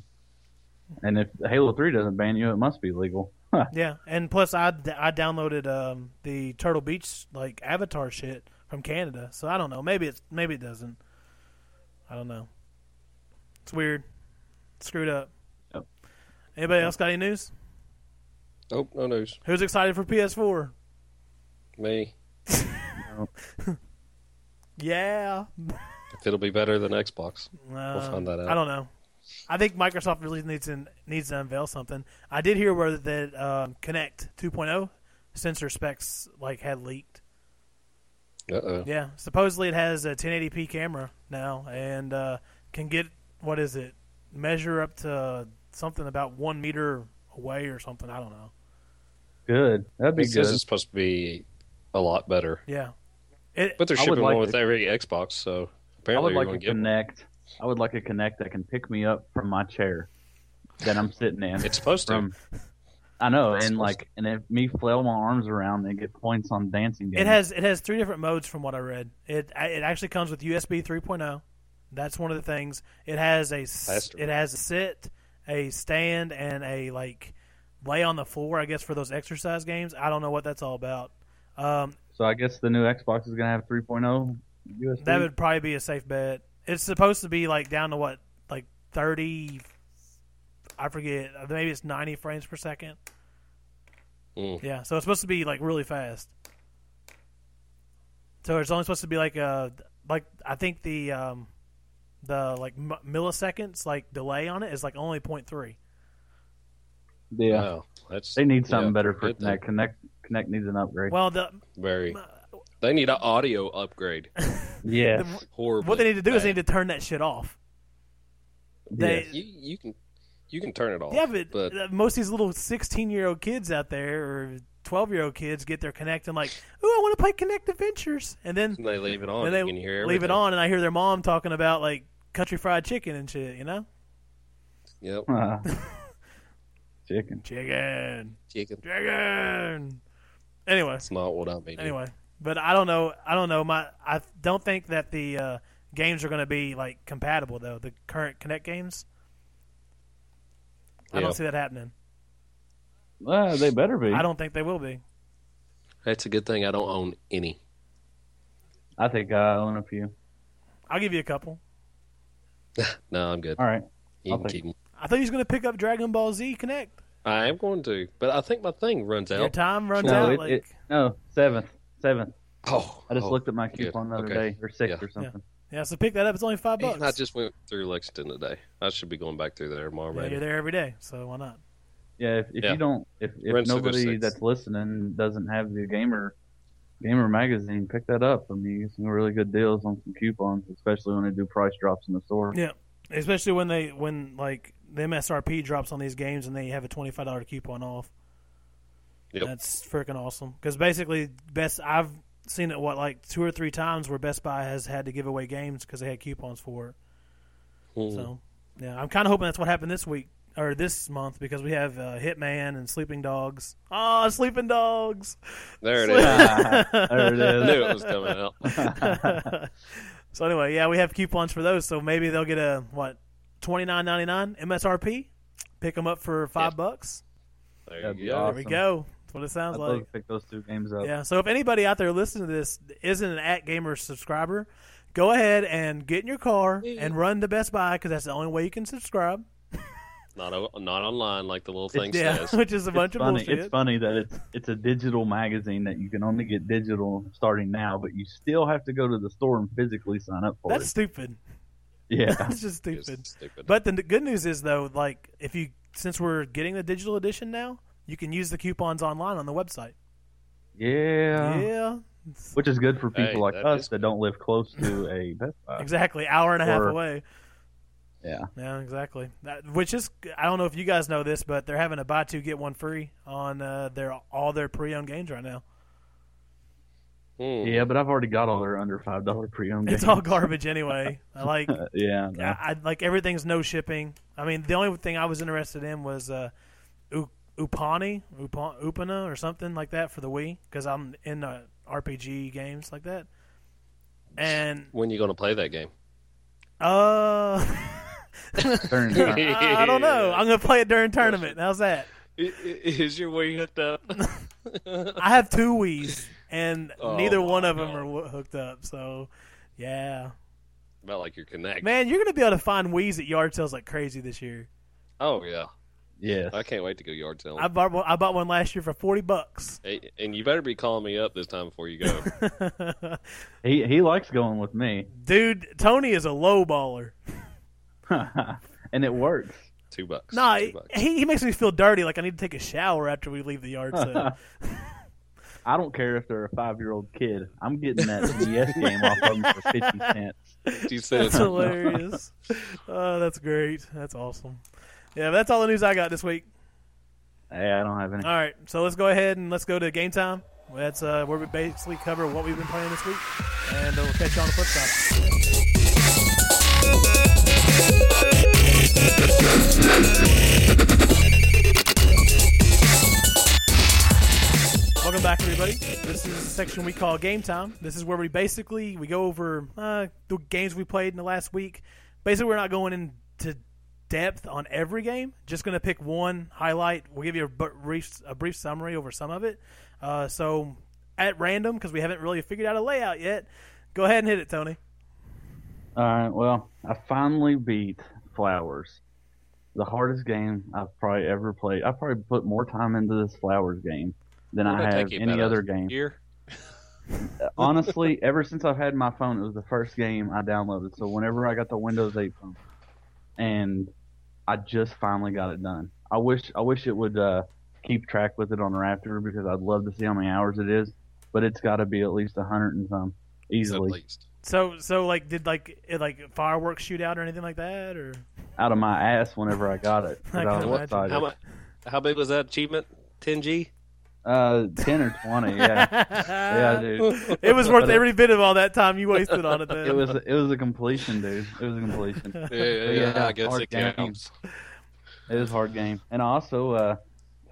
Speaker 3: and if Halo Three doesn't ban you, it must be legal.
Speaker 2: Yeah, and plus I, I downloaded um, the Turtle Beach like avatar shit from Canada, so I don't know. Maybe it's maybe it doesn't. I don't know. It's weird. Screwed up.
Speaker 3: Yep.
Speaker 2: Anybody else got any news?
Speaker 1: Oh, no news.
Speaker 2: Who's excited for PS4?
Speaker 1: Me.
Speaker 2: Yeah.
Speaker 1: If it'll be better than Xbox.
Speaker 2: Uh,
Speaker 1: find that out.
Speaker 2: I don't know. I think Microsoft really needs to, needs to unveil something. I did hear where that um, Connect 2.0 sensor specs like had leaked.
Speaker 1: Uh-oh.
Speaker 2: Yeah, supposedly it has a 1080p camera now and uh, can get what is it? Measure up to something about one meter away or something. I don't know.
Speaker 3: Good. That'd be
Speaker 1: This
Speaker 3: good.
Speaker 1: is supposed to be a lot better.
Speaker 2: Yeah, it.
Speaker 1: But they're
Speaker 3: I would
Speaker 1: shipping
Speaker 3: like
Speaker 1: one with
Speaker 3: to-
Speaker 1: every Xbox, so
Speaker 3: I
Speaker 1: apparently you're
Speaker 3: would like
Speaker 1: going
Speaker 3: a
Speaker 1: to get one.
Speaker 3: connect. I would like a connect that can pick me up from my chair that I'm sitting in.
Speaker 1: It's supposed to.
Speaker 3: from I know,
Speaker 1: It's
Speaker 3: and
Speaker 1: supposed
Speaker 3: like, and if me flail my arms around and get points on dancing games.
Speaker 2: It has it has three different modes from what I read. It it actually comes with USB 3.0. oh. That's one of the things. It has a s-
Speaker 1: Faster.
Speaker 2: it has a sit, a stand, and a like lay on the floor. I guess for those exercise games. I don't know what that's all about. Um,
Speaker 3: So I guess the new Xbox is gonna have 3.0 USB.
Speaker 2: That would probably be a safe bet. It's supposed to be like down to what, like thirty I forget. Maybe it's 90 frames per second.
Speaker 1: Mm.
Speaker 2: Yeah, so it's supposed to be like really fast. So it's only supposed to be like uh like I think the um the like m- milliseconds like delay on it is like only 0.3.
Speaker 3: Yeah.
Speaker 1: Wow, that's
Speaker 3: They need something
Speaker 1: Uh, yeah,
Speaker 3: better for
Speaker 1: good then.
Speaker 3: Connect. Connect Connect needs an upgrade.
Speaker 2: Well, the
Speaker 1: very. They need an audio upgrade.
Speaker 3: yeah.
Speaker 1: Horrible.
Speaker 2: what they need to do is they need to turn that shit off. They
Speaker 1: You, you can you can turn it off.
Speaker 2: yeah, but,
Speaker 1: but
Speaker 2: uh, most of these little 16 year old kids out there or 12 year old kids get their Connect and like, oh, I want to play Connect Adventures, and then
Speaker 1: they leave it on.
Speaker 2: and they
Speaker 1: you can hear
Speaker 2: leave it
Speaker 1: everything.
Speaker 2: on, and I hear their mom talking about like country fried chicken and shit, you know,
Speaker 1: Yep.
Speaker 3: Uh, chicken.
Speaker 2: chicken.
Speaker 1: Chicken.
Speaker 2: Dragon. Anyway,
Speaker 1: That's not what I mean.
Speaker 2: anyway, but I don't know. I don't know. My I don't think that the uh, games are going to be like compatible though. The current Connect games, I
Speaker 1: Yeah.
Speaker 2: don't see that happening.
Speaker 3: Uh, they better be.
Speaker 2: I
Speaker 3: I,
Speaker 2: don't think they will be.
Speaker 1: That's a good thing. I don't own any.
Speaker 3: think I own a few.
Speaker 2: I'll give you a couple.
Speaker 1: No, I'm good.
Speaker 3: All right.
Speaker 1: You
Speaker 3: I'll
Speaker 1: can
Speaker 3: take
Speaker 1: keep 'em.
Speaker 2: I thought you was going to pick up Dragon Ball Z Connect.
Speaker 1: I am going to, but I think my thing runs
Speaker 2: Your
Speaker 1: out.
Speaker 2: time runs
Speaker 3: No,
Speaker 2: out.
Speaker 3: it-
Speaker 2: like
Speaker 3: it- No, seventh. Seventh.
Speaker 1: oh,
Speaker 3: I just
Speaker 1: oh.
Speaker 3: looked at my
Speaker 1: good.
Speaker 3: coupon the other
Speaker 1: Okay.
Speaker 3: day, or six
Speaker 1: Yeah.
Speaker 3: or something.
Speaker 2: yeah, so pick that up. It's only five bucks.
Speaker 1: And I just went through Lexington today. I should be going back through there tomorrow.
Speaker 2: yeah,
Speaker 1: maybe.
Speaker 2: you're there every day, so why not?
Speaker 3: Yeah. if, if
Speaker 1: Yeah.
Speaker 3: you don't, if, if
Speaker 1: Rents are the
Speaker 3: nobody
Speaker 1: six.
Speaker 3: that's listening doesn't have the gamer gamer magazine, pick that up. I mean, you get some really good deals on some coupons, especially when they do price drops in the store.
Speaker 2: Yeah, especially when they when like the MSRP drops on these games and they have a twenty five dollar coupon off.
Speaker 1: Yep.
Speaker 2: That's freaking awesome because basically Best I've seen it what like two or three times where Best Buy has had to give away games because they had coupons for it.
Speaker 1: Hmm.
Speaker 2: So yeah, I'm kind of hoping that's what happened this week or this month because we have uh, Hitman and Sleeping Dogs. Ah, Sleeping Dogs.
Speaker 1: there it is.
Speaker 3: Ah, there it
Speaker 1: I
Speaker 3: is.
Speaker 1: knew it was coming out.
Speaker 2: so anyway, yeah, we have coupons for those, so maybe they'll get a what twenty nine ninety nine MSRP. Pick them up for five
Speaker 1: Yeah.
Speaker 2: bucks.
Speaker 1: There
Speaker 3: That'd
Speaker 1: you
Speaker 3: be
Speaker 1: go.
Speaker 2: There we
Speaker 3: Awesome.
Speaker 2: go. That's what it sounds
Speaker 3: I'd
Speaker 2: like.
Speaker 3: love to pick those two games up.
Speaker 2: Yeah. So if anybody out there listening to this isn't an at gamer subscriber, go ahead and get in your car and run to Best Buy because that's the only way you can subscribe.
Speaker 1: Not o- not online like the little thing
Speaker 2: yeah,
Speaker 1: says.
Speaker 2: which is a bunch
Speaker 3: it's
Speaker 2: of
Speaker 3: funny.
Speaker 2: bullshit.
Speaker 3: It's funny that it's it's a digital magazine that you can only get digital starting now, but you still have to go to the store and physically sign up for
Speaker 2: That's stupid.
Speaker 3: it. Yeah,
Speaker 2: That's just
Speaker 1: It's
Speaker 2: stupid.
Speaker 1: stupid.
Speaker 2: But the n- good news is though, like if you since we're getting the digital edition now, you can use the coupons online on the website.
Speaker 3: yeah,
Speaker 2: yeah.
Speaker 3: Which is good for people
Speaker 1: Hey,
Speaker 3: like
Speaker 1: that
Speaker 3: us
Speaker 1: is-
Speaker 3: that don't live close to a Best Buy.
Speaker 2: Exactly, hour and a half
Speaker 3: Or-
Speaker 2: away.
Speaker 3: Yeah.
Speaker 2: Yeah, exactly. That, which is, I don't know if you guys know this, but they're having a buy two get one free on uh, their all their pre-owned games right now.
Speaker 1: Hmm.
Speaker 3: Yeah, but I've already got all their under five dollar pre-owned.
Speaker 2: It's
Speaker 3: games.
Speaker 2: all garbage anyway. I like, I,
Speaker 3: yeah, no.
Speaker 2: I like everything's no shipping. I mean, the only thing I was interested in was uh, U- Upani, Upa- Upana, or something like that for the Wii because I'm in uh, RPG games like that. And
Speaker 1: When you going to play that game?
Speaker 2: uh,
Speaker 3: Turn it around.
Speaker 2: I don't know. I'm gonna play it during tournament. How's that?
Speaker 1: I- i- Is your way hooked up?
Speaker 2: I have two Wii's, and
Speaker 1: Oh,
Speaker 2: neither one
Speaker 1: my
Speaker 2: of them
Speaker 1: God.
Speaker 2: are wo- hooked up. So, yeah,
Speaker 1: About like your connect.
Speaker 2: man, you're gonna be able to find Wii's at yard sales like crazy this year.
Speaker 1: Oh yeah,
Speaker 3: Yes.
Speaker 1: I can't wait to go yard selling.
Speaker 2: I bought one, I bought one last year for forty bucks.
Speaker 1: Hey, and you better be calling me up this time before you go.
Speaker 3: He he likes going with me,
Speaker 2: Dude, Tony is a low baller.
Speaker 3: and it works.
Speaker 1: Two bucks.
Speaker 2: Nah,
Speaker 1: Two
Speaker 2: he,
Speaker 1: bucks.
Speaker 2: he makes me feel dirty. Like I need to take a shower after we leave the yard sale.
Speaker 3: I don't care if they're a five year old kid. I'm getting that NES game off of them for fifty cents.
Speaker 1: Fifty cents.
Speaker 2: that's hilarious. Oh, that's great. That's awesome. Yeah, that's all the news I got this week.
Speaker 3: Hey, I don't have any.
Speaker 1: Uh,
Speaker 2: All right, so let's go ahead and let's go to game time. That's uh, where we basically cover what we've been playing this week, and uh, we'll catch you on the flip side. Welcome back, everybody. This is a section we call game time. This is where we basically we go over uh, the games we played in the last week. Basically, we're not going into depth on every game. Just going to pick one highlight. We'll give you a bu- brief, a brief summary over some of it. Uh, so at random, because we haven't really figured out a layout yet. Go ahead and hit it, Tony.
Speaker 3: All right. Well, I finally beat Flowers. the hardest game I've probably ever played. I probably put more time into this Flowers game than
Speaker 1: What'd
Speaker 3: I
Speaker 1: it
Speaker 3: have
Speaker 1: take you,
Speaker 3: any
Speaker 1: about
Speaker 3: other
Speaker 1: a
Speaker 3: game.
Speaker 1: Year?
Speaker 3: Honestly, ever since I've had my phone, it was the first game I downloaded. So whenever I got the Windows 8 phone, and I just finally got it done. I wish I wish it would uh, keep track with it on Raptor because I'd love to see how many hours it is, but it's got to be at least a hundred and some easily
Speaker 1: At least.
Speaker 2: So so like did like it, like fireworks shoot out or anything like that or
Speaker 3: out of my ass whenever I got it. 'cause
Speaker 2: I
Speaker 3: I,
Speaker 2: can
Speaker 3: was
Speaker 2: imagine.
Speaker 3: excited.
Speaker 1: How, mu- how big was that achievement? 10G?
Speaker 3: Uh, ten or twenty, yeah, yeah, dude.
Speaker 2: it was worth every bit of all that time you wasted on it. Then
Speaker 3: It was it was a completion, dude. It was a completion.
Speaker 1: Yeah, yeah,
Speaker 3: Yeah,
Speaker 1: yeah, I guess
Speaker 3: hard
Speaker 1: it
Speaker 3: game.
Speaker 1: counts.
Speaker 3: It was a hard game, and I also uh,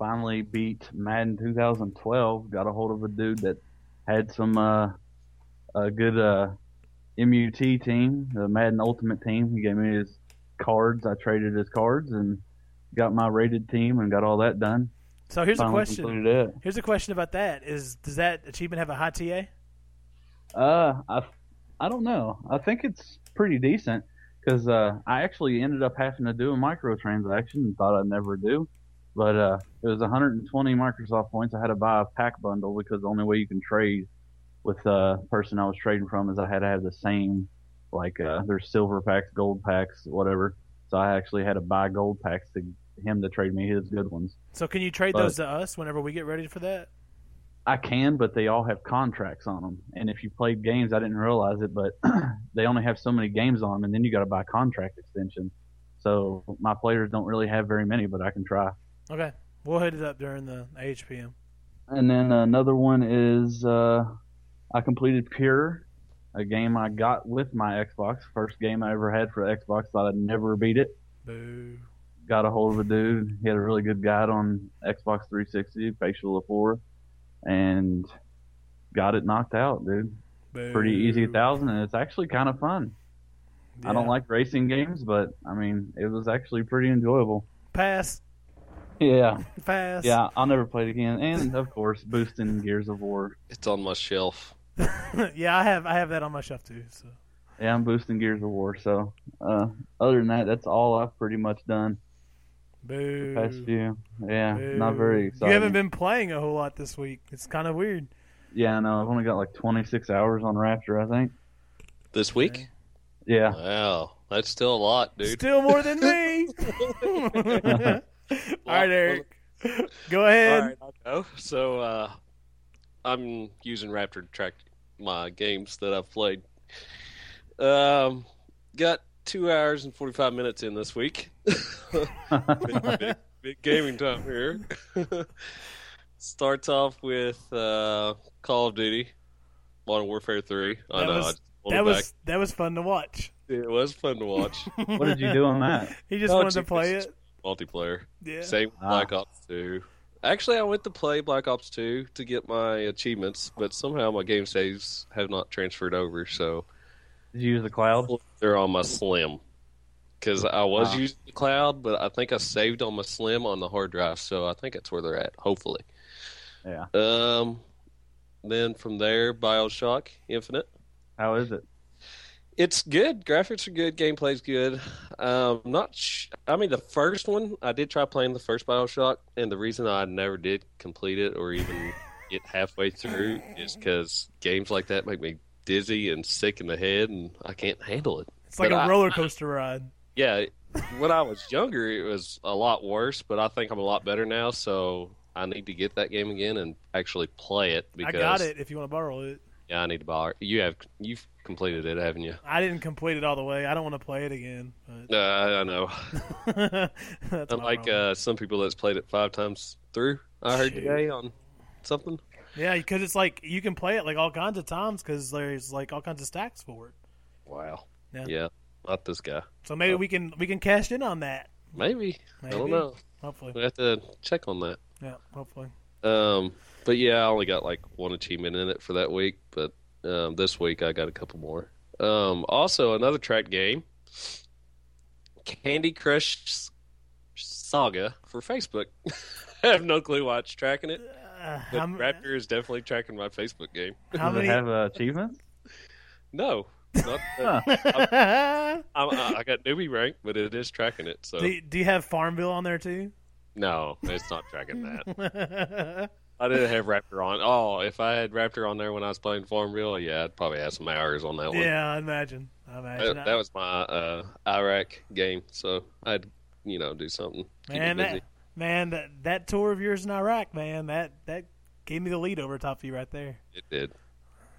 Speaker 3: finally beat Madden 2012. Got a hold of a dude that had some uh, a good uh, MUT team, the Madden Ultimate team. He gave me his cards. I traded his cards and got my rated team and got all that done.
Speaker 2: so here's a
Speaker 3: finally
Speaker 2: question.
Speaker 3: completed it.
Speaker 2: Here's a question about that: Is does that achievement have a high TA?
Speaker 3: Uh, I, I don't know. I think it's pretty decent because uh, I actually ended up having to do a microtransaction and thought I'd never do. But uh, it was 120 Microsoft points. I had to buy a pack bundle because the only way you can trade with the person I was trading from is I had to have the same, like, uh, there's silver packs, gold packs, whatever. So I actually had to buy gold packs to him to trade me his good ones.
Speaker 2: So can you trade
Speaker 3: But-
Speaker 2: those to us whenever we get ready for that?
Speaker 3: I can, but they all have contracts on them. And if you played games, I didn't realize it, but they only have so many games on them, and then you got to buy contract extensions. So my players don't really have very many, but I can try.
Speaker 2: Okay, we'll hit it up during the AHPM.
Speaker 3: And then another one is uh, I completed Pure, a game I got with my Xbox. First game I ever had for Xbox. Thought I'd never beat it.
Speaker 2: Boo.
Speaker 3: got a hold of a dude. He had a really good guide on Xbox 360, Facial Four, and got it knocked out, dude.
Speaker 2: Boo.
Speaker 3: Pretty easy thousand, and it's actually kind of fun. I don't
Speaker 2: Yeah.
Speaker 3: like racing games, but I mean, it was actually pretty enjoyable.
Speaker 2: pass
Speaker 3: Yeah,
Speaker 2: pass.
Speaker 3: yeah. I'll never play it again. And of course, boosting Gears of War.
Speaker 1: It's on my shelf.
Speaker 2: yeah. I have I have that on my shelf too. So
Speaker 3: Yeah, I'm boosting Gears of War. So, uh, other than that, that's all I've pretty much done.
Speaker 2: boo.
Speaker 3: Past few. Yeah, not
Speaker 2: Boo.
Speaker 3: very exciting.
Speaker 2: You haven't been playing a whole lot this week. It's kind of weird.
Speaker 3: Yeah, no, I've only got like 26 hours on Rapture, I think.
Speaker 1: This week?
Speaker 3: Yeah.
Speaker 1: Wow. That's still a lot, dude.
Speaker 2: Still more than me. All right, Eric. Go ahead.
Speaker 1: All right, I'll go. So uh, I'm using Raptor to track my games that I've played. Um, got two hours and 45 minutes in this week. big, big- big gaming time here. Starts off with uh, Call of Duty, Modern Warfare 3. I
Speaker 2: That
Speaker 1: know.
Speaker 2: was-
Speaker 1: I just pulled
Speaker 2: That
Speaker 1: it, back.
Speaker 2: was that was fun to watch.
Speaker 1: it was fun to watch.
Speaker 3: What did you do on that?
Speaker 2: He just
Speaker 1: Oh,
Speaker 2: wanted to
Speaker 1: Jesus.
Speaker 2: play it.
Speaker 1: Multiplayer.
Speaker 2: Yeah.
Speaker 1: Same with
Speaker 3: Ah.
Speaker 1: Black Ops 2. Actually, I went to play Black Ops 2 to get my achievements, but somehow my game saves have not transferred over, so
Speaker 3: Did you use the cloud?
Speaker 1: they're on my Slim. Because I was
Speaker 3: Ah.
Speaker 1: using the cloud, but I think I saved on my Slim on the hard drive, so I think that's where they're at, hopefully.
Speaker 3: Yeah.
Speaker 1: Um, then from there, Bioshock Infinite.
Speaker 3: How is it?
Speaker 1: It's good. Graphics are good. Gameplay's good. Um, not. Sh- I mean, the first one I did try playing the first Bioshock, and the reason I never did complete it or even get halfway through is because games like that make me dizzy and sick in the head, and I can't handle it.
Speaker 2: It's like a
Speaker 1: But I-
Speaker 2: roller coaster ride.
Speaker 1: Yeah, it- when I was younger, it was a lot worse, but I think I'm a lot better now. So I need to get that game again and actually play it
Speaker 2: I
Speaker 1: because
Speaker 2: got it. If you want to borrow it,
Speaker 1: Yeah, I need to borrow. You have you've completed it, haven't you?
Speaker 2: I didn't complete it all the way. I don't want to play it again. But
Speaker 1: Uh, I know.
Speaker 2: that's my
Speaker 1: Unlike
Speaker 2: problem.
Speaker 1: uh, some people that's played it five times through, I heard
Speaker 2: Shoot.
Speaker 1: today on something.
Speaker 2: yeah, because it's like you can play it like all kinds of times because there's like all kinds of stacks for it.
Speaker 1: Wow.
Speaker 2: Yeah.
Speaker 1: Yeah. not this guy.
Speaker 2: So maybe we can we can cash in on that.
Speaker 1: Maybe.
Speaker 2: Maybe.
Speaker 1: I don't know.
Speaker 2: Hopefully.
Speaker 1: We have to check on that.
Speaker 2: Yeah. Hopefully.
Speaker 1: Um, but yeah, I only got like one achievement in it for that week, but um, this week I got a couple more. Um, also, another track game, Candy Crush Saga for Facebook. I have no clue why it's tracking it,
Speaker 2: Uh,
Speaker 1: but
Speaker 2: how, m-
Speaker 1: Raptor is definitely tracking my Facebook game.
Speaker 2: how
Speaker 3: Does
Speaker 2: many?
Speaker 3: it have uh, achievements?
Speaker 1: No, Not that-
Speaker 2: do,
Speaker 1: I'm, I I got newbie rank, but it is tracking it. So
Speaker 2: you- do you have Farmville on there too?
Speaker 1: no, it's not tracking that.
Speaker 2: yeah,
Speaker 1: I didn't have Raptor on. Oh, if I had Raptor on there when I was playing Farmville, yeah, I'd probably have some hours on that one.
Speaker 2: I imagine. I imagine.
Speaker 1: that, that was my uh, Iraq game, so I'd you know do something. keep
Speaker 2: man,
Speaker 1: it
Speaker 2: that,
Speaker 1: busy.
Speaker 2: man, that that tour of yours in Iraq, man, that that gave me the lead over top of you right there.
Speaker 1: it did.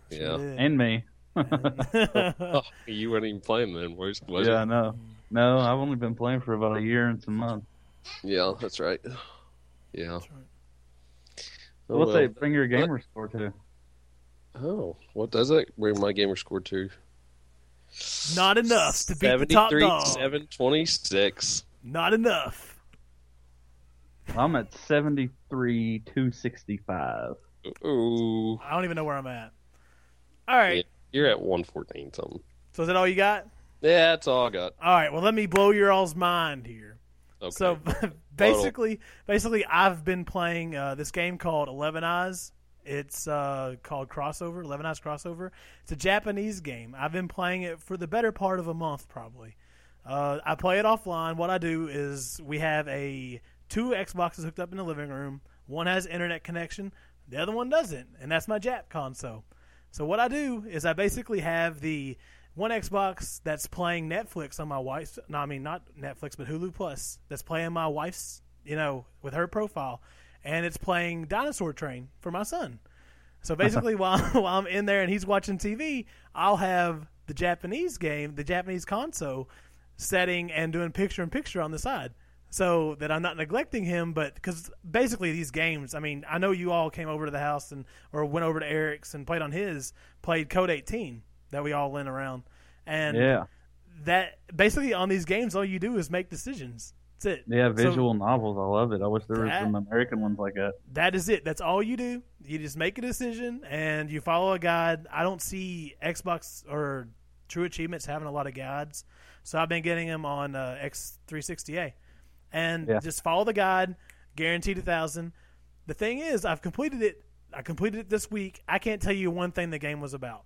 Speaker 2: Sure
Speaker 1: Yeah,
Speaker 2: did.
Speaker 3: and me.
Speaker 1: oh, you weren't even playing then, was was
Speaker 3: yeah,
Speaker 1: it?
Speaker 3: no, no, I've only been playing for about a year and some months.
Speaker 1: Yeah, that's right. Yeah.
Speaker 2: That's right.
Speaker 1: Oh,
Speaker 3: What's
Speaker 1: well.
Speaker 3: that bring your gamer score to?
Speaker 1: Oh, what does it bring my gamer score to?
Speaker 2: Not enough to beat the top
Speaker 1: 73,
Speaker 2: dog.
Speaker 1: 726.
Speaker 2: Not enough.
Speaker 3: I'm at seventy three two sixty five.
Speaker 1: Ooh.
Speaker 2: I don't even know where I'm at. All right.
Speaker 1: Yeah, you're at 114 something.
Speaker 2: So is that all you got?
Speaker 1: Yeah, that's all I got.
Speaker 2: All right. Well, let me blow your all's mind here.
Speaker 1: Okay.
Speaker 2: So basically, basically, I've been playing uh, this game called Eleven Eyes. It's uh, called Crossover. Eleven Eyes Crossover. It's a Japanese game. I've been playing it for the better part of a month, probably. Uh, I play it offline. What I do is we have a two Xboxes hooked up in the living room. One has internet connection. The other one doesn't, and that's my Jap console. So what I do is I basically have the one Xbox that's playing Netflix on my wife's. No, I mean not Netflix, but Hulu Plus that's playing my wife's. You know, with her profile, and it's playing Dinosaur Train for my son. So basically, while while I'm in there and he's watching TV, I'll have the Japanese game, the Japanese console setting, and doing picture in picture on the side, so that I'm not neglecting him. But because basically these games, I mean, I know you all came over to the house and or went over to Eric's and played on his, played Code 18 that we all went around, and
Speaker 3: Yeah,
Speaker 2: that basically on these games, all you do is make decisions. That's it.
Speaker 3: yeah,
Speaker 2: So-
Speaker 3: visual novels. I love it. I wish there was
Speaker 2: That-
Speaker 3: some American ones like that.
Speaker 2: that is it. That's all you do. You just make a decision and you follow a guide. I don't see Xbox or True Achievements having a lot of guides, so I've been getting them on uh, X360A, and
Speaker 3: Yeah.
Speaker 2: just follow the guide. Guaranteed a thousand. The thing is, I've completed it. I completed it this week. I can't tell you one thing the game was about.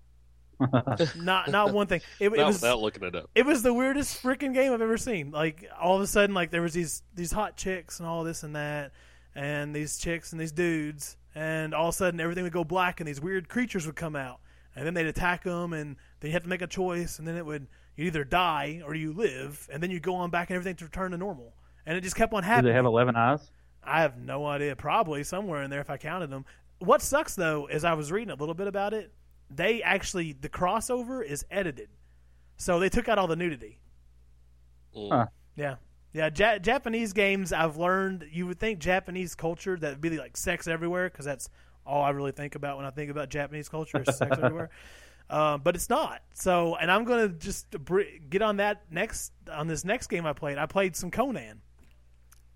Speaker 2: not not one thing. It, it
Speaker 1: Not
Speaker 2: was
Speaker 1: without looking it up.
Speaker 2: it was the weirdest freaking game I've ever seen. Like all of a sudden, like there was these these hot chicks and all this and that, and these chicks and these dudes, and all of a sudden everything would go black and these weird creatures would come out, and then they'd attack them, and they had to make a choice, and then it would you either die or you live, and then you go on back and everything to return to normal, and it just kept on
Speaker 3: Do
Speaker 2: happening.
Speaker 3: they have eleven eyes?
Speaker 2: I have no idea. Probably somewhere in there if I counted them. What sucks though is I was reading a little bit about it. They actually the crossover is edited, so they took out all the nudity.
Speaker 1: Mm.
Speaker 3: Huh.
Speaker 2: Yeah, yeah. Ja- Japanese games I've learned. You would think Japanese culture that would be like sex everywhere because that's all I really think about when I think about Japanese culture is sex everywhere. Uh, but it's not. So, and I'm gonna just br- get on that next on this next game I played. I played some Conan.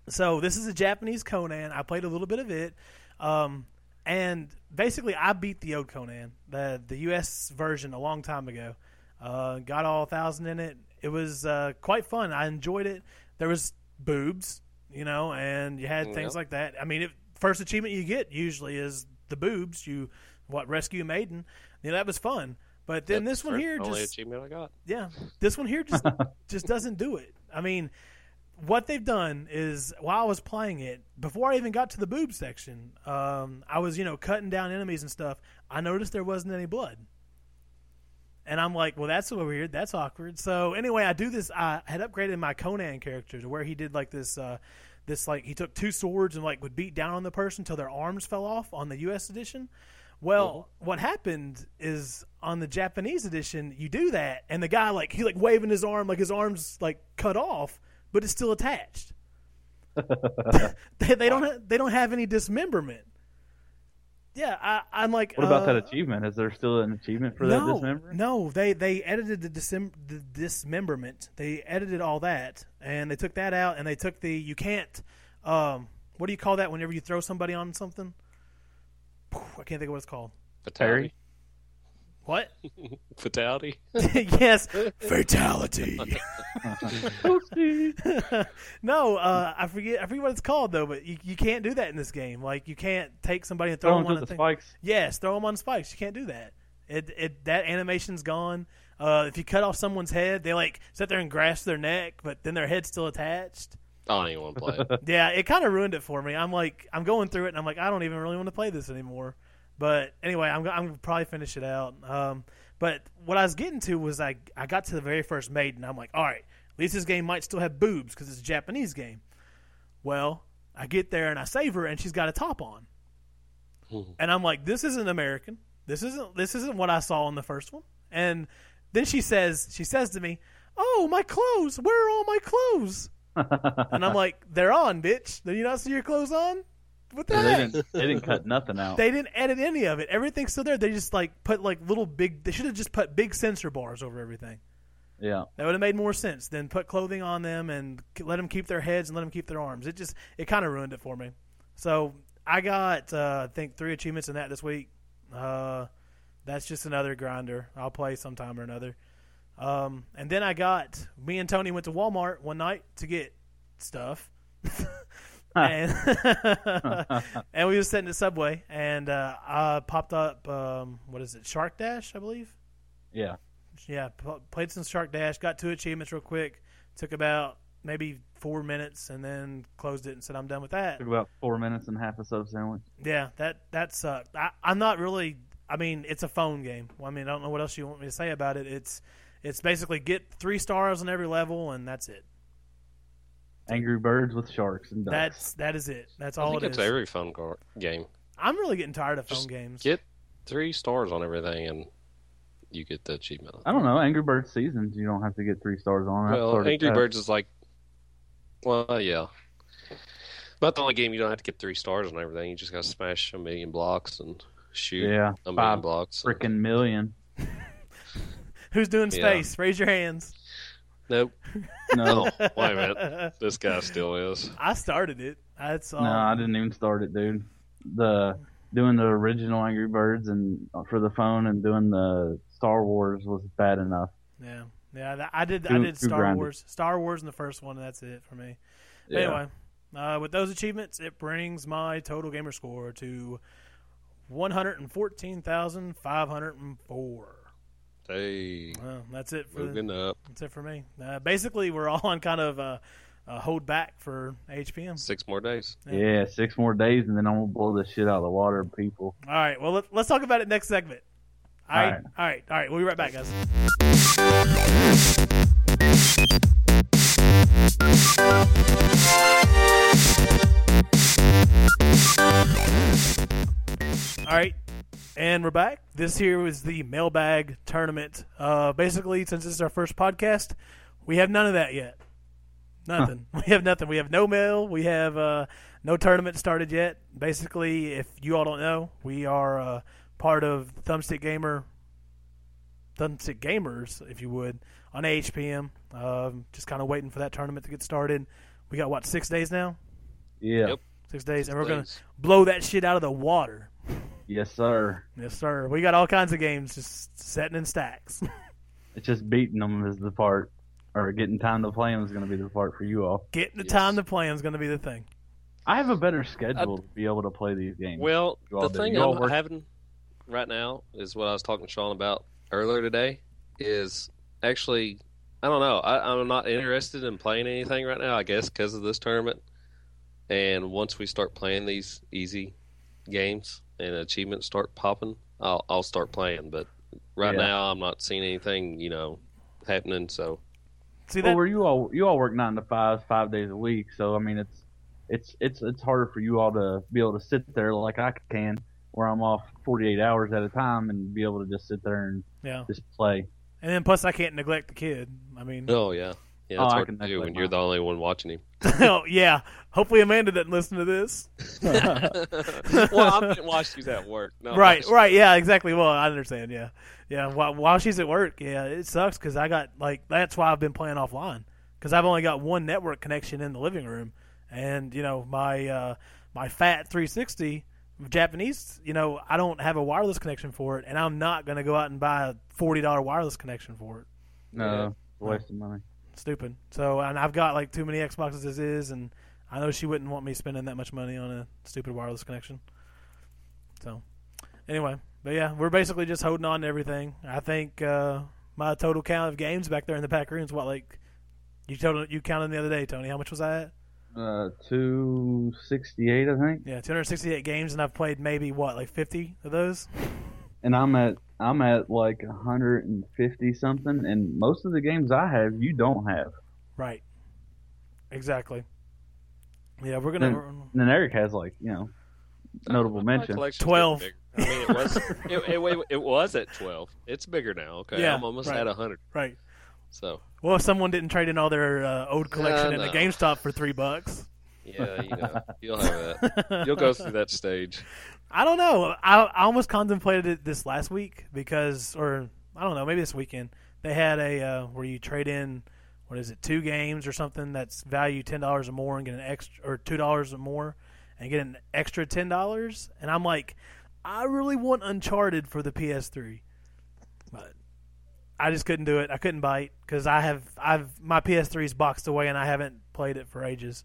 Speaker 2: So this is a Japanese Conan. I played a little bit of it, um, and basically I beat the old Conan, the the U.S. version, a long time ago. Uh, got all thousand in it. It was uh, quite fun. I enjoyed it. There was boobs, you know, and you had things
Speaker 1: Yeah.
Speaker 2: like that. I mean, it, first achievement you get usually is the boobs. You what rescue a maiden? You know that was fun. But then
Speaker 1: That's
Speaker 2: this one
Speaker 1: the
Speaker 2: here
Speaker 1: only
Speaker 2: just
Speaker 1: achievement I got.
Speaker 2: yeah, this one here just just doesn't do it. I mean, what they've done is while I was playing it, before I even got to the boob section, um, I was you know cutting down enemies and stuff. I noticed there wasn't any blood, and I'm like, well, that's weird. That's awkward. So anyway, I do this. I had upgraded my Conan character to where he did like this. Uh, this like he took two swords and like would beat down on the person till their arms fell off on the U.S. edition. Well,
Speaker 3: Mm-hmm.
Speaker 2: what happened is on the Japanese edition, you do that, and the guy like he like waving his arm, like his arms like cut off, but it's still attached. they, they don't ha- they don't have any dismemberment. Yeah, I, I'm like.
Speaker 3: What about
Speaker 2: uh,
Speaker 3: that achievement? Is there still an achievement for that
Speaker 2: no,
Speaker 3: dismemberment?
Speaker 2: No, they they edited the, disem- the dismemberment. They edited all that, and they took that out, and they took the you can't. Um, what do you call that whenever you throw somebody on something? I can't think of what it's called.
Speaker 1: Fatality.
Speaker 2: What?
Speaker 1: Fatality.
Speaker 2: yes, fatality. no, uh, I forget. I forget what it's called though. But you, you can't do that in this game. Like you can't take somebody and throw
Speaker 3: Throw
Speaker 2: them on
Speaker 3: into
Speaker 2: a
Speaker 3: Oh, the
Speaker 2: thing.
Speaker 3: spikes.
Speaker 2: Yes, throw them on spikes. You can't do that. It, it that animation's gone. Uh, if you cut off someone's head, they like sit there and grasp their neck, but then their head's still attached.
Speaker 1: I don't even want to play it.
Speaker 2: Yeah, it kind of ruined it for me. I'm like, I'm going through it, and I'm like, I don't even really want to play this anymore. But anyway, I'm, go- I'm gonna probably finish it out. Um, but what I was getting to was I I got to the very first maiden. I'm like, all right, at least this game might still have boobs because it's a Japanese game. Well, I get there and I save her, and she's got a top on, and I'm like, this isn't American. This isn't this isn't what I saw in the first one. And then she says she says to me, "Oh, my clothes! Where are all my clothes?" and I'm like, "They're on, bitch. Do you not see your clothes on? What the
Speaker 3: And they
Speaker 2: heck?"
Speaker 3: didn't they didn't cut nothing out.
Speaker 2: They didn't edit any of it. Everything's still there. They just like put like little big. They should have just put big censor bars over everything.
Speaker 3: yeah.
Speaker 2: That would have made more sense than put clothing on them and k- let them keep their heads and let them keep their arms. It just it kind of ruined it for me. So I got uh, I think three achievements in that this week. Uh, that's just another grinder. I'll play sometime or another. Um, and then I got me and Tony went to Walmart one night to get stuff. and, and we were sitting at Subway, and uh, I popped up um, what is it, Shark Dash, I believe
Speaker 3: Yeah.
Speaker 2: yeah, pl- played some Shark Dash, got two achievements real quick, took about maybe four minutes, and then closed it and said, I'm done with that.
Speaker 3: Took about four minutes and half a sub sandwich.
Speaker 2: Yeah, that, that sucked. I, I'm not really, I mean, it's a phone game. Well, I mean, I don't know what else you want me to say about it. It's, it's basically get three stars on every level, and that's it.
Speaker 3: Angry birds with sharks and ducks.
Speaker 2: That's, that is it. That's
Speaker 1: I
Speaker 2: all
Speaker 1: think
Speaker 2: it
Speaker 1: it's
Speaker 2: is.
Speaker 1: every phone gar- game.
Speaker 2: I'm really getting tired of phone
Speaker 1: Just
Speaker 2: games.
Speaker 1: Get three stars on everything, and you get the achievement.
Speaker 3: I don't know. Angry Birds seasons, you don't have to get three stars on. I've
Speaker 1: Well,
Speaker 3: started
Speaker 1: Angry
Speaker 3: that.
Speaker 1: Birds is like, well, yeah. About the only game you don't have to get three stars on everything. You just got to smash a million blocks and shoot
Speaker 3: Yeah,
Speaker 1: a million
Speaker 3: five
Speaker 1: blocks.
Speaker 3: freaking million.
Speaker 2: Who's doing
Speaker 1: Yeah.
Speaker 2: space? Raise your hands.
Speaker 1: Nope.
Speaker 3: No,
Speaker 1: Oh, wait a minute. This guy still is.
Speaker 2: I started it. That's all.
Speaker 3: no, I didn't even start it, dude. The doing the original Angry Birds and uh, for the phone and doing the Star Wars was bad enough.
Speaker 2: Yeah, yeah. that- I did. I
Speaker 3: Too-
Speaker 2: did
Speaker 3: too
Speaker 2: Star
Speaker 3: grinded.
Speaker 2: Wars. Star Wars in the first one. And that's it for me. But
Speaker 3: Yeah.
Speaker 2: Anyway, uh, with those achievements, it brings my total gamer score to one hundred and fourteen thousand five hundred and four.
Speaker 1: Hey,
Speaker 2: Well, that's it for
Speaker 1: moving up
Speaker 2: that's it for me. Uh, basically, we're all on kind of uh, uh, hold back for HPM.
Speaker 1: six more days.
Speaker 2: Yeah.
Speaker 3: Yeah, six more days and then I'm gonna blow this shit out of the water, people.
Speaker 2: All right. Well, let, let's talk about it next segment. All
Speaker 3: All
Speaker 2: right. All right. All right. We'll be right back, guys. All right. And we're back. This here was the mailbag tournament. Uh, basically, since this is our first podcast, we have none of that yet. Nothing. We have nothing. We have no mail. We have uh, no tournament started yet. Basically, if you all don't know, we are uh, part of Thumbstick Gamer, Thumbstick Gamers, if you would, on AHPM. Um, just kind of waiting for that tournament to get started. We got what six days now?
Speaker 3: Yeah.
Speaker 1: Yep.
Speaker 2: Six days, and we're gonna
Speaker 1: Days.
Speaker 2: blow that shit out of the water.
Speaker 3: Yes, sir.
Speaker 2: Yes, sir. We got all kinds of games just setting in stacks.
Speaker 3: It's just beating them is the part, or getting time to play them is gonna be the part for you all.
Speaker 2: Getting the
Speaker 1: Yes.
Speaker 2: time to play 'em is gonna be the thing.
Speaker 3: I have a better schedule to be able to play these games.
Speaker 1: Well,
Speaker 3: You all
Speaker 1: the
Speaker 3: do.
Speaker 1: thing
Speaker 3: You all
Speaker 1: I'm
Speaker 3: work-
Speaker 1: having right now is what I was talking to Sean about earlier today. Is actually, I don't know. I, I'm not interested in playing anything right now. I guess because of this tournament. And once we start playing these easy games and achievements start popping, I'll I'll start playing. But right
Speaker 3: Yeah.
Speaker 1: now, I'm not seeing anything you know happening. So
Speaker 2: See
Speaker 3: Well,
Speaker 2: that?
Speaker 3: where you all you all work nine to five, five days a week. So I mean, it's it's it's it's harder for you all to be able to sit there like I can, where I'm off 48 hours at a time and be able to just sit there and
Speaker 2: yeah.
Speaker 3: just play.
Speaker 2: And then plus, I can't neglect the kid. I mean,
Speaker 1: oh yeah, yeah,
Speaker 3: Oh,
Speaker 1: it's
Speaker 3: I
Speaker 1: hard
Speaker 3: can
Speaker 1: to do
Speaker 3: neglect
Speaker 1: when you're
Speaker 3: mine.
Speaker 1: the only one watching him.
Speaker 2: oh, yeah. Hopefully, Amanda doesn't listen to this.
Speaker 1: well, I didn't watch you at work. No,
Speaker 2: right,
Speaker 1: watch-
Speaker 2: right. Yeah, exactly. Well, I understand. Yeah, yeah. While, while she's at work, yeah, it sucks because I got like that's why I've been playing offline because I've only got one network connection in the living room, and you know my uh, my fat 360 Japanese. You know I don't have a wireless connection for it, and I'm not gonna go out and buy a forty dollar wireless connection for it.
Speaker 1: Yeah.
Speaker 3: No,
Speaker 2: uh,
Speaker 3: it's a waste of money.
Speaker 2: Stupid. So and I've got like too many Xboxes as is, and I know she wouldn't want me spending that much money on a stupid wireless connection. So anyway, but yeah, we're basically just holding on to everything. I think uh, my total count of games back there in the back rooms. What like you total you counted the other day, Tony? How much was that?
Speaker 3: Uh, two sixty eight, I think.
Speaker 2: Yeah, 268 games, and I've played maybe what like 50 of those.
Speaker 3: And I'm at I'm at like hundred and fifty something, and most of the games I have, you don't have.
Speaker 2: Right. Exactly. Yeah, we're
Speaker 1: Hmm.
Speaker 2: gonna.
Speaker 3: And then Eric has like you know
Speaker 2: Uh,
Speaker 3: notable
Speaker 1: My
Speaker 3: mention.
Speaker 1: collection's getting
Speaker 2: 12.
Speaker 1: bigger. I mean, it was it, it, wait, it was at twelve. It's bigger now. Okay,
Speaker 2: Yeah,
Speaker 1: I'm almost
Speaker 2: right.
Speaker 1: at hundred.
Speaker 2: right.
Speaker 1: So
Speaker 2: Well, if someone didn't trade in all their uh, old collection
Speaker 1: Uh,
Speaker 2: in the
Speaker 1: no.
Speaker 2: GameStop for three bucks.
Speaker 1: yeah, you know, you'll have that. You'll go through that stage.
Speaker 2: I don't know. I, I almost contemplated it this last week because, or I don't know, maybe this weekend they had a uh, where you trade in what is it, two games or something that's value ten dollars or more and get an extra or two dollars or more and get an extra ten dollars. And I'm like, I really want Uncharted for the PS3, but I just couldn't do it. I couldn't bite because I have I've my PS3 is boxed away and I haven't played it for ages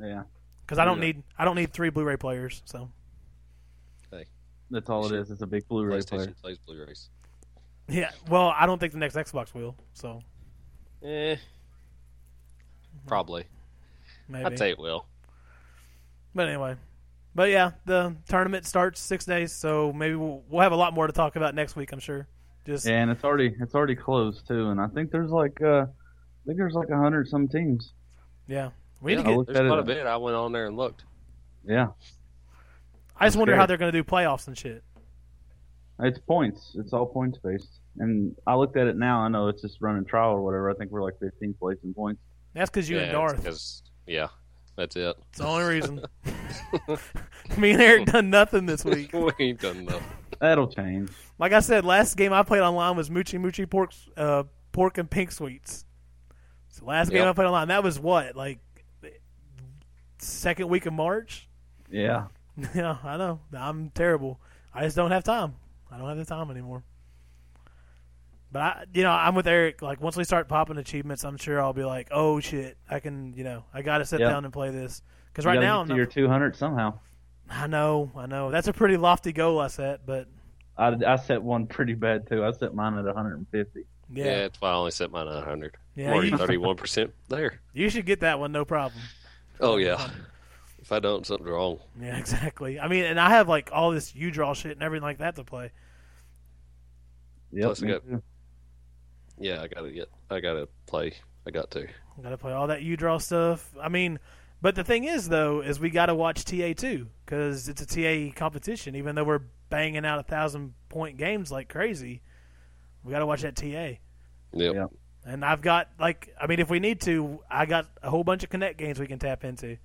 Speaker 3: Yeah,
Speaker 2: because I don't
Speaker 1: Yeah.
Speaker 2: need I don't need three Blu-ray players. So
Speaker 3: that's all it
Speaker 1: Sure.
Speaker 3: is. It's a big Blu-ray player.
Speaker 1: PlayStation plays Blu-rays.
Speaker 2: Yeah, well, I don't think the next Xbox will, so
Speaker 1: Eh, probably.
Speaker 2: maybe.
Speaker 1: I'd say it will.
Speaker 2: But anyway, but yeah, the tournament starts six days, so maybe we'll, we'll have a lot more to talk about next week. I'm sure. Just
Speaker 3: Yeah, and it's already it's already closed too. And I think there's like uh, I think there's like a hundred some teams.
Speaker 2: yeah, we
Speaker 1: Yeah,
Speaker 2: need to get.
Speaker 3: look
Speaker 1: There's
Speaker 3: at it.
Speaker 1: quite a bit. I went on there and looked.
Speaker 3: Yeah,
Speaker 2: I just wonder
Speaker 3: scared.
Speaker 2: how they're going to do playoffs and shit.
Speaker 3: it's points. It's all points based. And I looked at it now. I know it's just running trial or whatever. I think we're like 15th place in points.
Speaker 2: That's because you
Speaker 1: yeah,
Speaker 2: and Darth. It's
Speaker 1: Cause, yeah, that's it.
Speaker 2: the only reason. Me and Eric done nothing this week.
Speaker 1: we ain't done nothing.
Speaker 3: That'll change.
Speaker 2: Like I said, last game I played online was Moochie Moochie Pork, uh, Pork and Pink Sweets. It's the last game
Speaker 1: Yep.
Speaker 2: I played online. That was what, like, second week of March.
Speaker 3: Yeah.
Speaker 2: Yeah, I know. I'm terrible. I just don't have time. I don't have the time anymore. But I, you know, I'm with Eric. Like once we start popping achievements, I'm sure I'll be like, "Oh shit, I can." You know, I got to sit
Speaker 3: Yeah.
Speaker 2: down and play this because
Speaker 3: You
Speaker 2: right
Speaker 3: gotta
Speaker 2: now,
Speaker 3: get
Speaker 2: I'm
Speaker 3: to
Speaker 2: not-
Speaker 3: your 200 somehow.
Speaker 2: I know, I know. That's a pretty lofty goal I set, but
Speaker 3: I, I set one pretty bad too. I set mine at 150.
Speaker 1: Yeah.
Speaker 2: yeah,
Speaker 1: that's why I only set mine at 100.
Speaker 2: yeah.
Speaker 1: I'm already
Speaker 2: you,
Speaker 1: 31 percent there.
Speaker 2: you should get that one, no problem.
Speaker 1: Oh yeah. If I don't, something's wrong.
Speaker 2: Yeah, exactly. I mean, and I have like all this you draw shit and everything like that to play.
Speaker 3: Yep.
Speaker 1: Plus I
Speaker 3: me
Speaker 1: got-
Speaker 3: too.
Speaker 1: Yeah, I gotta get. I gotta play. I got to.
Speaker 2: Got to play all that U draw stuff. I mean, but the thing is though, is we got to watch TA two because it's a TA competition. Even though we're banging out a thousand point games like crazy, we got to watch that TA.
Speaker 1: Yep.
Speaker 3: Yeah.
Speaker 2: And I've got like, I mean, if we need to, I got a whole bunch of Connect games we can tap into.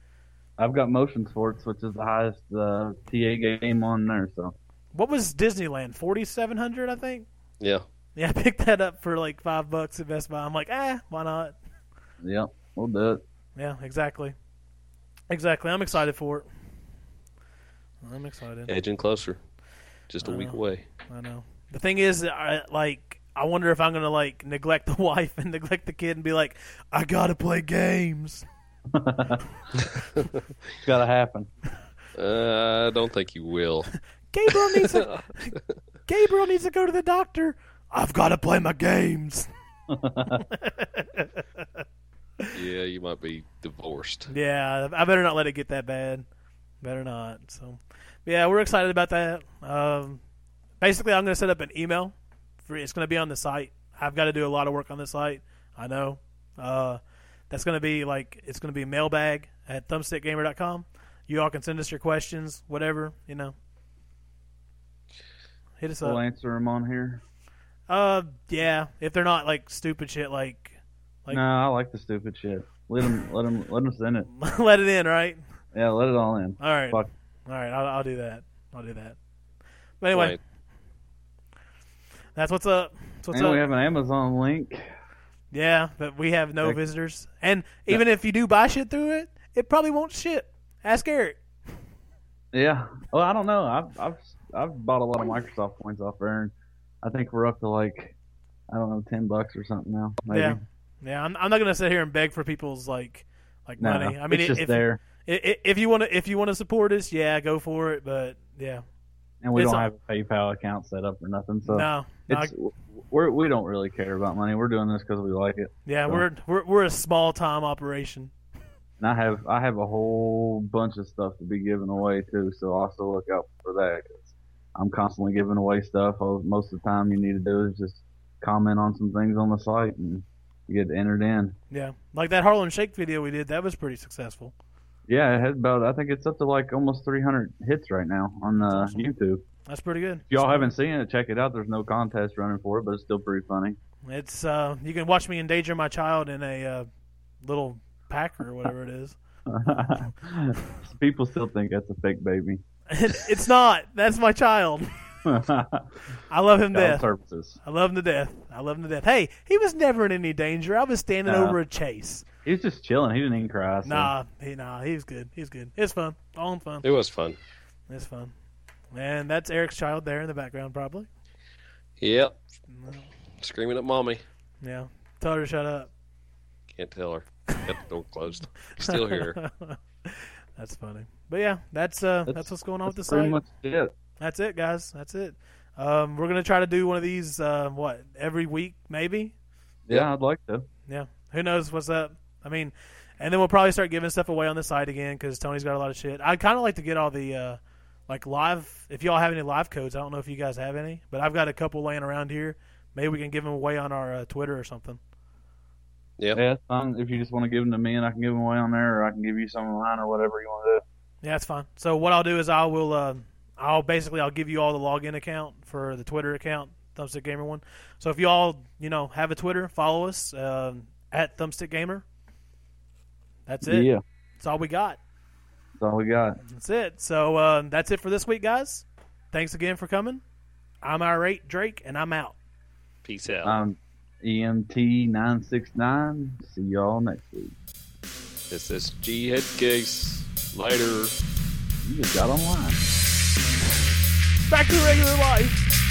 Speaker 3: I've got Motion Sports, which is the highest uh, TA game on there. So
Speaker 2: What was Disneyland? Forty seven hundred, I think.
Speaker 1: Yeah.
Speaker 2: Yeah, I picked that up for like five bucks at Best Buy. I'm like, ah, why not?
Speaker 3: yep, we'll do it.
Speaker 2: Yeah, exactly, exactly. I'm excited for it. I'm excited.
Speaker 1: Edging closer. Just a
Speaker 2: I
Speaker 1: week
Speaker 2: know.
Speaker 1: away.
Speaker 2: I know. The thing is, I, like, I wonder if I'm gonna like neglect the wife and neglect the kid and be like, I gotta play games.
Speaker 3: It's gotta happen.
Speaker 1: Uh, I don't think you will.
Speaker 2: Gabriel needs to. Gabriel needs to go to the doctor. I've gotta play my games.
Speaker 1: yeah, you might be divorced.
Speaker 2: Yeah, I better not let it get that bad. Better not. So, yeah, we're excited about that. Um, basically, I'm going to set up an email. For, it's going to be on the site. I've got to do a lot of work on the site. I know. Uh, that's going to be like it's going to be mailbag at thumbstickgamer.com. You all can send us your questions, whatever you know. Hit us
Speaker 3: we'll
Speaker 2: up.
Speaker 3: answer them on here.
Speaker 2: Uh, yeah, if they're not like stupid shit, like Like-
Speaker 3: no, I like the stupid shit. Let them, let them, let them send it.
Speaker 2: let it in, right?
Speaker 3: Yeah, let it all in.
Speaker 2: All right,
Speaker 3: Fuck.
Speaker 2: all right, I'll, I'll do that. I'll do that. But anyway,
Speaker 1: Right.
Speaker 2: That's what's up. That's what's
Speaker 3: and
Speaker 2: up.
Speaker 3: we have an Amazon link.
Speaker 2: yeah, but we have no
Speaker 3: Like-
Speaker 2: visitors. And even if you do buy shit through it, it probably won't ship. Ask Eric.
Speaker 3: Yeah. Well, I don't know. I've I've I've bought a lot of Microsoft points off there, and I think we're up to like I don't know ten bucks or something now. Maybe.
Speaker 2: Yeah. Yeah, I'm, I'm not gonna sit here and beg for people's like like
Speaker 3: No,
Speaker 2: money. I mean,
Speaker 3: it's
Speaker 2: i-
Speaker 3: just
Speaker 2: if,
Speaker 3: there.
Speaker 2: i- i- if you want to if you want to support us, yeah, go for it. But yeah,
Speaker 3: and we
Speaker 2: It's
Speaker 3: don't
Speaker 2: a-
Speaker 3: have a PayPal account set up or nothing. So
Speaker 2: no, no,
Speaker 3: it's we're, we don't really care about money. We're doing this because we like it.
Speaker 2: yeah,
Speaker 3: so-
Speaker 2: we're we're we're a small time operation.
Speaker 3: And I have I have a whole bunch of stuff to be giving away too. So also look out for that. Cause I'm constantly giving away stuff. Oh, Most of the time, you need to do is just comment on some things on the site and you get entered in.
Speaker 2: Yeah, like that Harlem Shake video we did, that was pretty successful.
Speaker 3: Yeah, it has about I think it's up to like almost 300 hits right now on uh,
Speaker 2: That's awesome.
Speaker 3: YouTube.
Speaker 2: That's pretty good.
Speaker 3: If y'all haven't seen it, check it out. There's no contest running for it, but it's still pretty funny.
Speaker 2: It's uh, you can watch me endanger my child in a uh, little packer or whatever it is.
Speaker 3: People still think that's a fake baby.
Speaker 2: It- it's not. That's my child.
Speaker 3: Child
Speaker 2: I love him to death.
Speaker 3: services.
Speaker 2: I love him to death. I love him to death. Hey, he was never in any danger. I was standing
Speaker 3: No.
Speaker 2: over a chase.
Speaker 3: He was just chilling. He didn't even cry. So.
Speaker 2: Nah, he nah, he was good. He was good. It's fun. All in fun.
Speaker 1: It was fun.
Speaker 2: It's fun. And that's Eric's child there in the background, probably.
Speaker 1: Yep. Screaming at mommy.
Speaker 2: Yeah. Tell her to shut up.
Speaker 1: Can't tell her. Got the door closed. Still here.
Speaker 2: that's funny. But yeah, that's uh, that's,
Speaker 3: That's-
Speaker 2: what's going on
Speaker 3: that's
Speaker 2: with the
Speaker 3: pretty
Speaker 2: site.
Speaker 3: much it.
Speaker 2: That's it, guys. That's it. Um, we're gonna try to do one of these. Uh, what every week, maybe.
Speaker 3: Yeah, I'd like to.
Speaker 2: Yeah. Who knows what's up? I mean, and then we'll probably start giving stuff away on the site again because Tony's got a lot of shit. I'd kind of like to get all the uh, like live. If y'all have any live codes, I don't know if you guys have any, but I've got a couple laying around here. Maybe we can give them away on our uh, Twitter or something.
Speaker 1: Yep.
Speaker 3: Yeah, it's fine. If you just want to give them to me, and I can give them away on there, or I can give you some of mine, or whatever you want
Speaker 2: Yeah, that's fine. So what I'll do is I will, uh, I'll basically I'll give you all the login account for the Twitter account, Thumbstick Gamer one. So if y'all you know have a Twitter, follow us um at Thumbstick Gamer. That's
Speaker 3: to do.
Speaker 2: it.
Speaker 3: Yeah,
Speaker 2: That's all we got.
Speaker 3: that's all we got.
Speaker 2: That's it. So uh, that's it for this week, guys. Thanks again for coming. I'm irate Drake, and I'm out.
Speaker 1: Peace out.
Speaker 3: I'm E EMT969. See y'all next week.
Speaker 1: This is G Head Gigs. Later.
Speaker 3: You just got online.
Speaker 2: Back to regular life.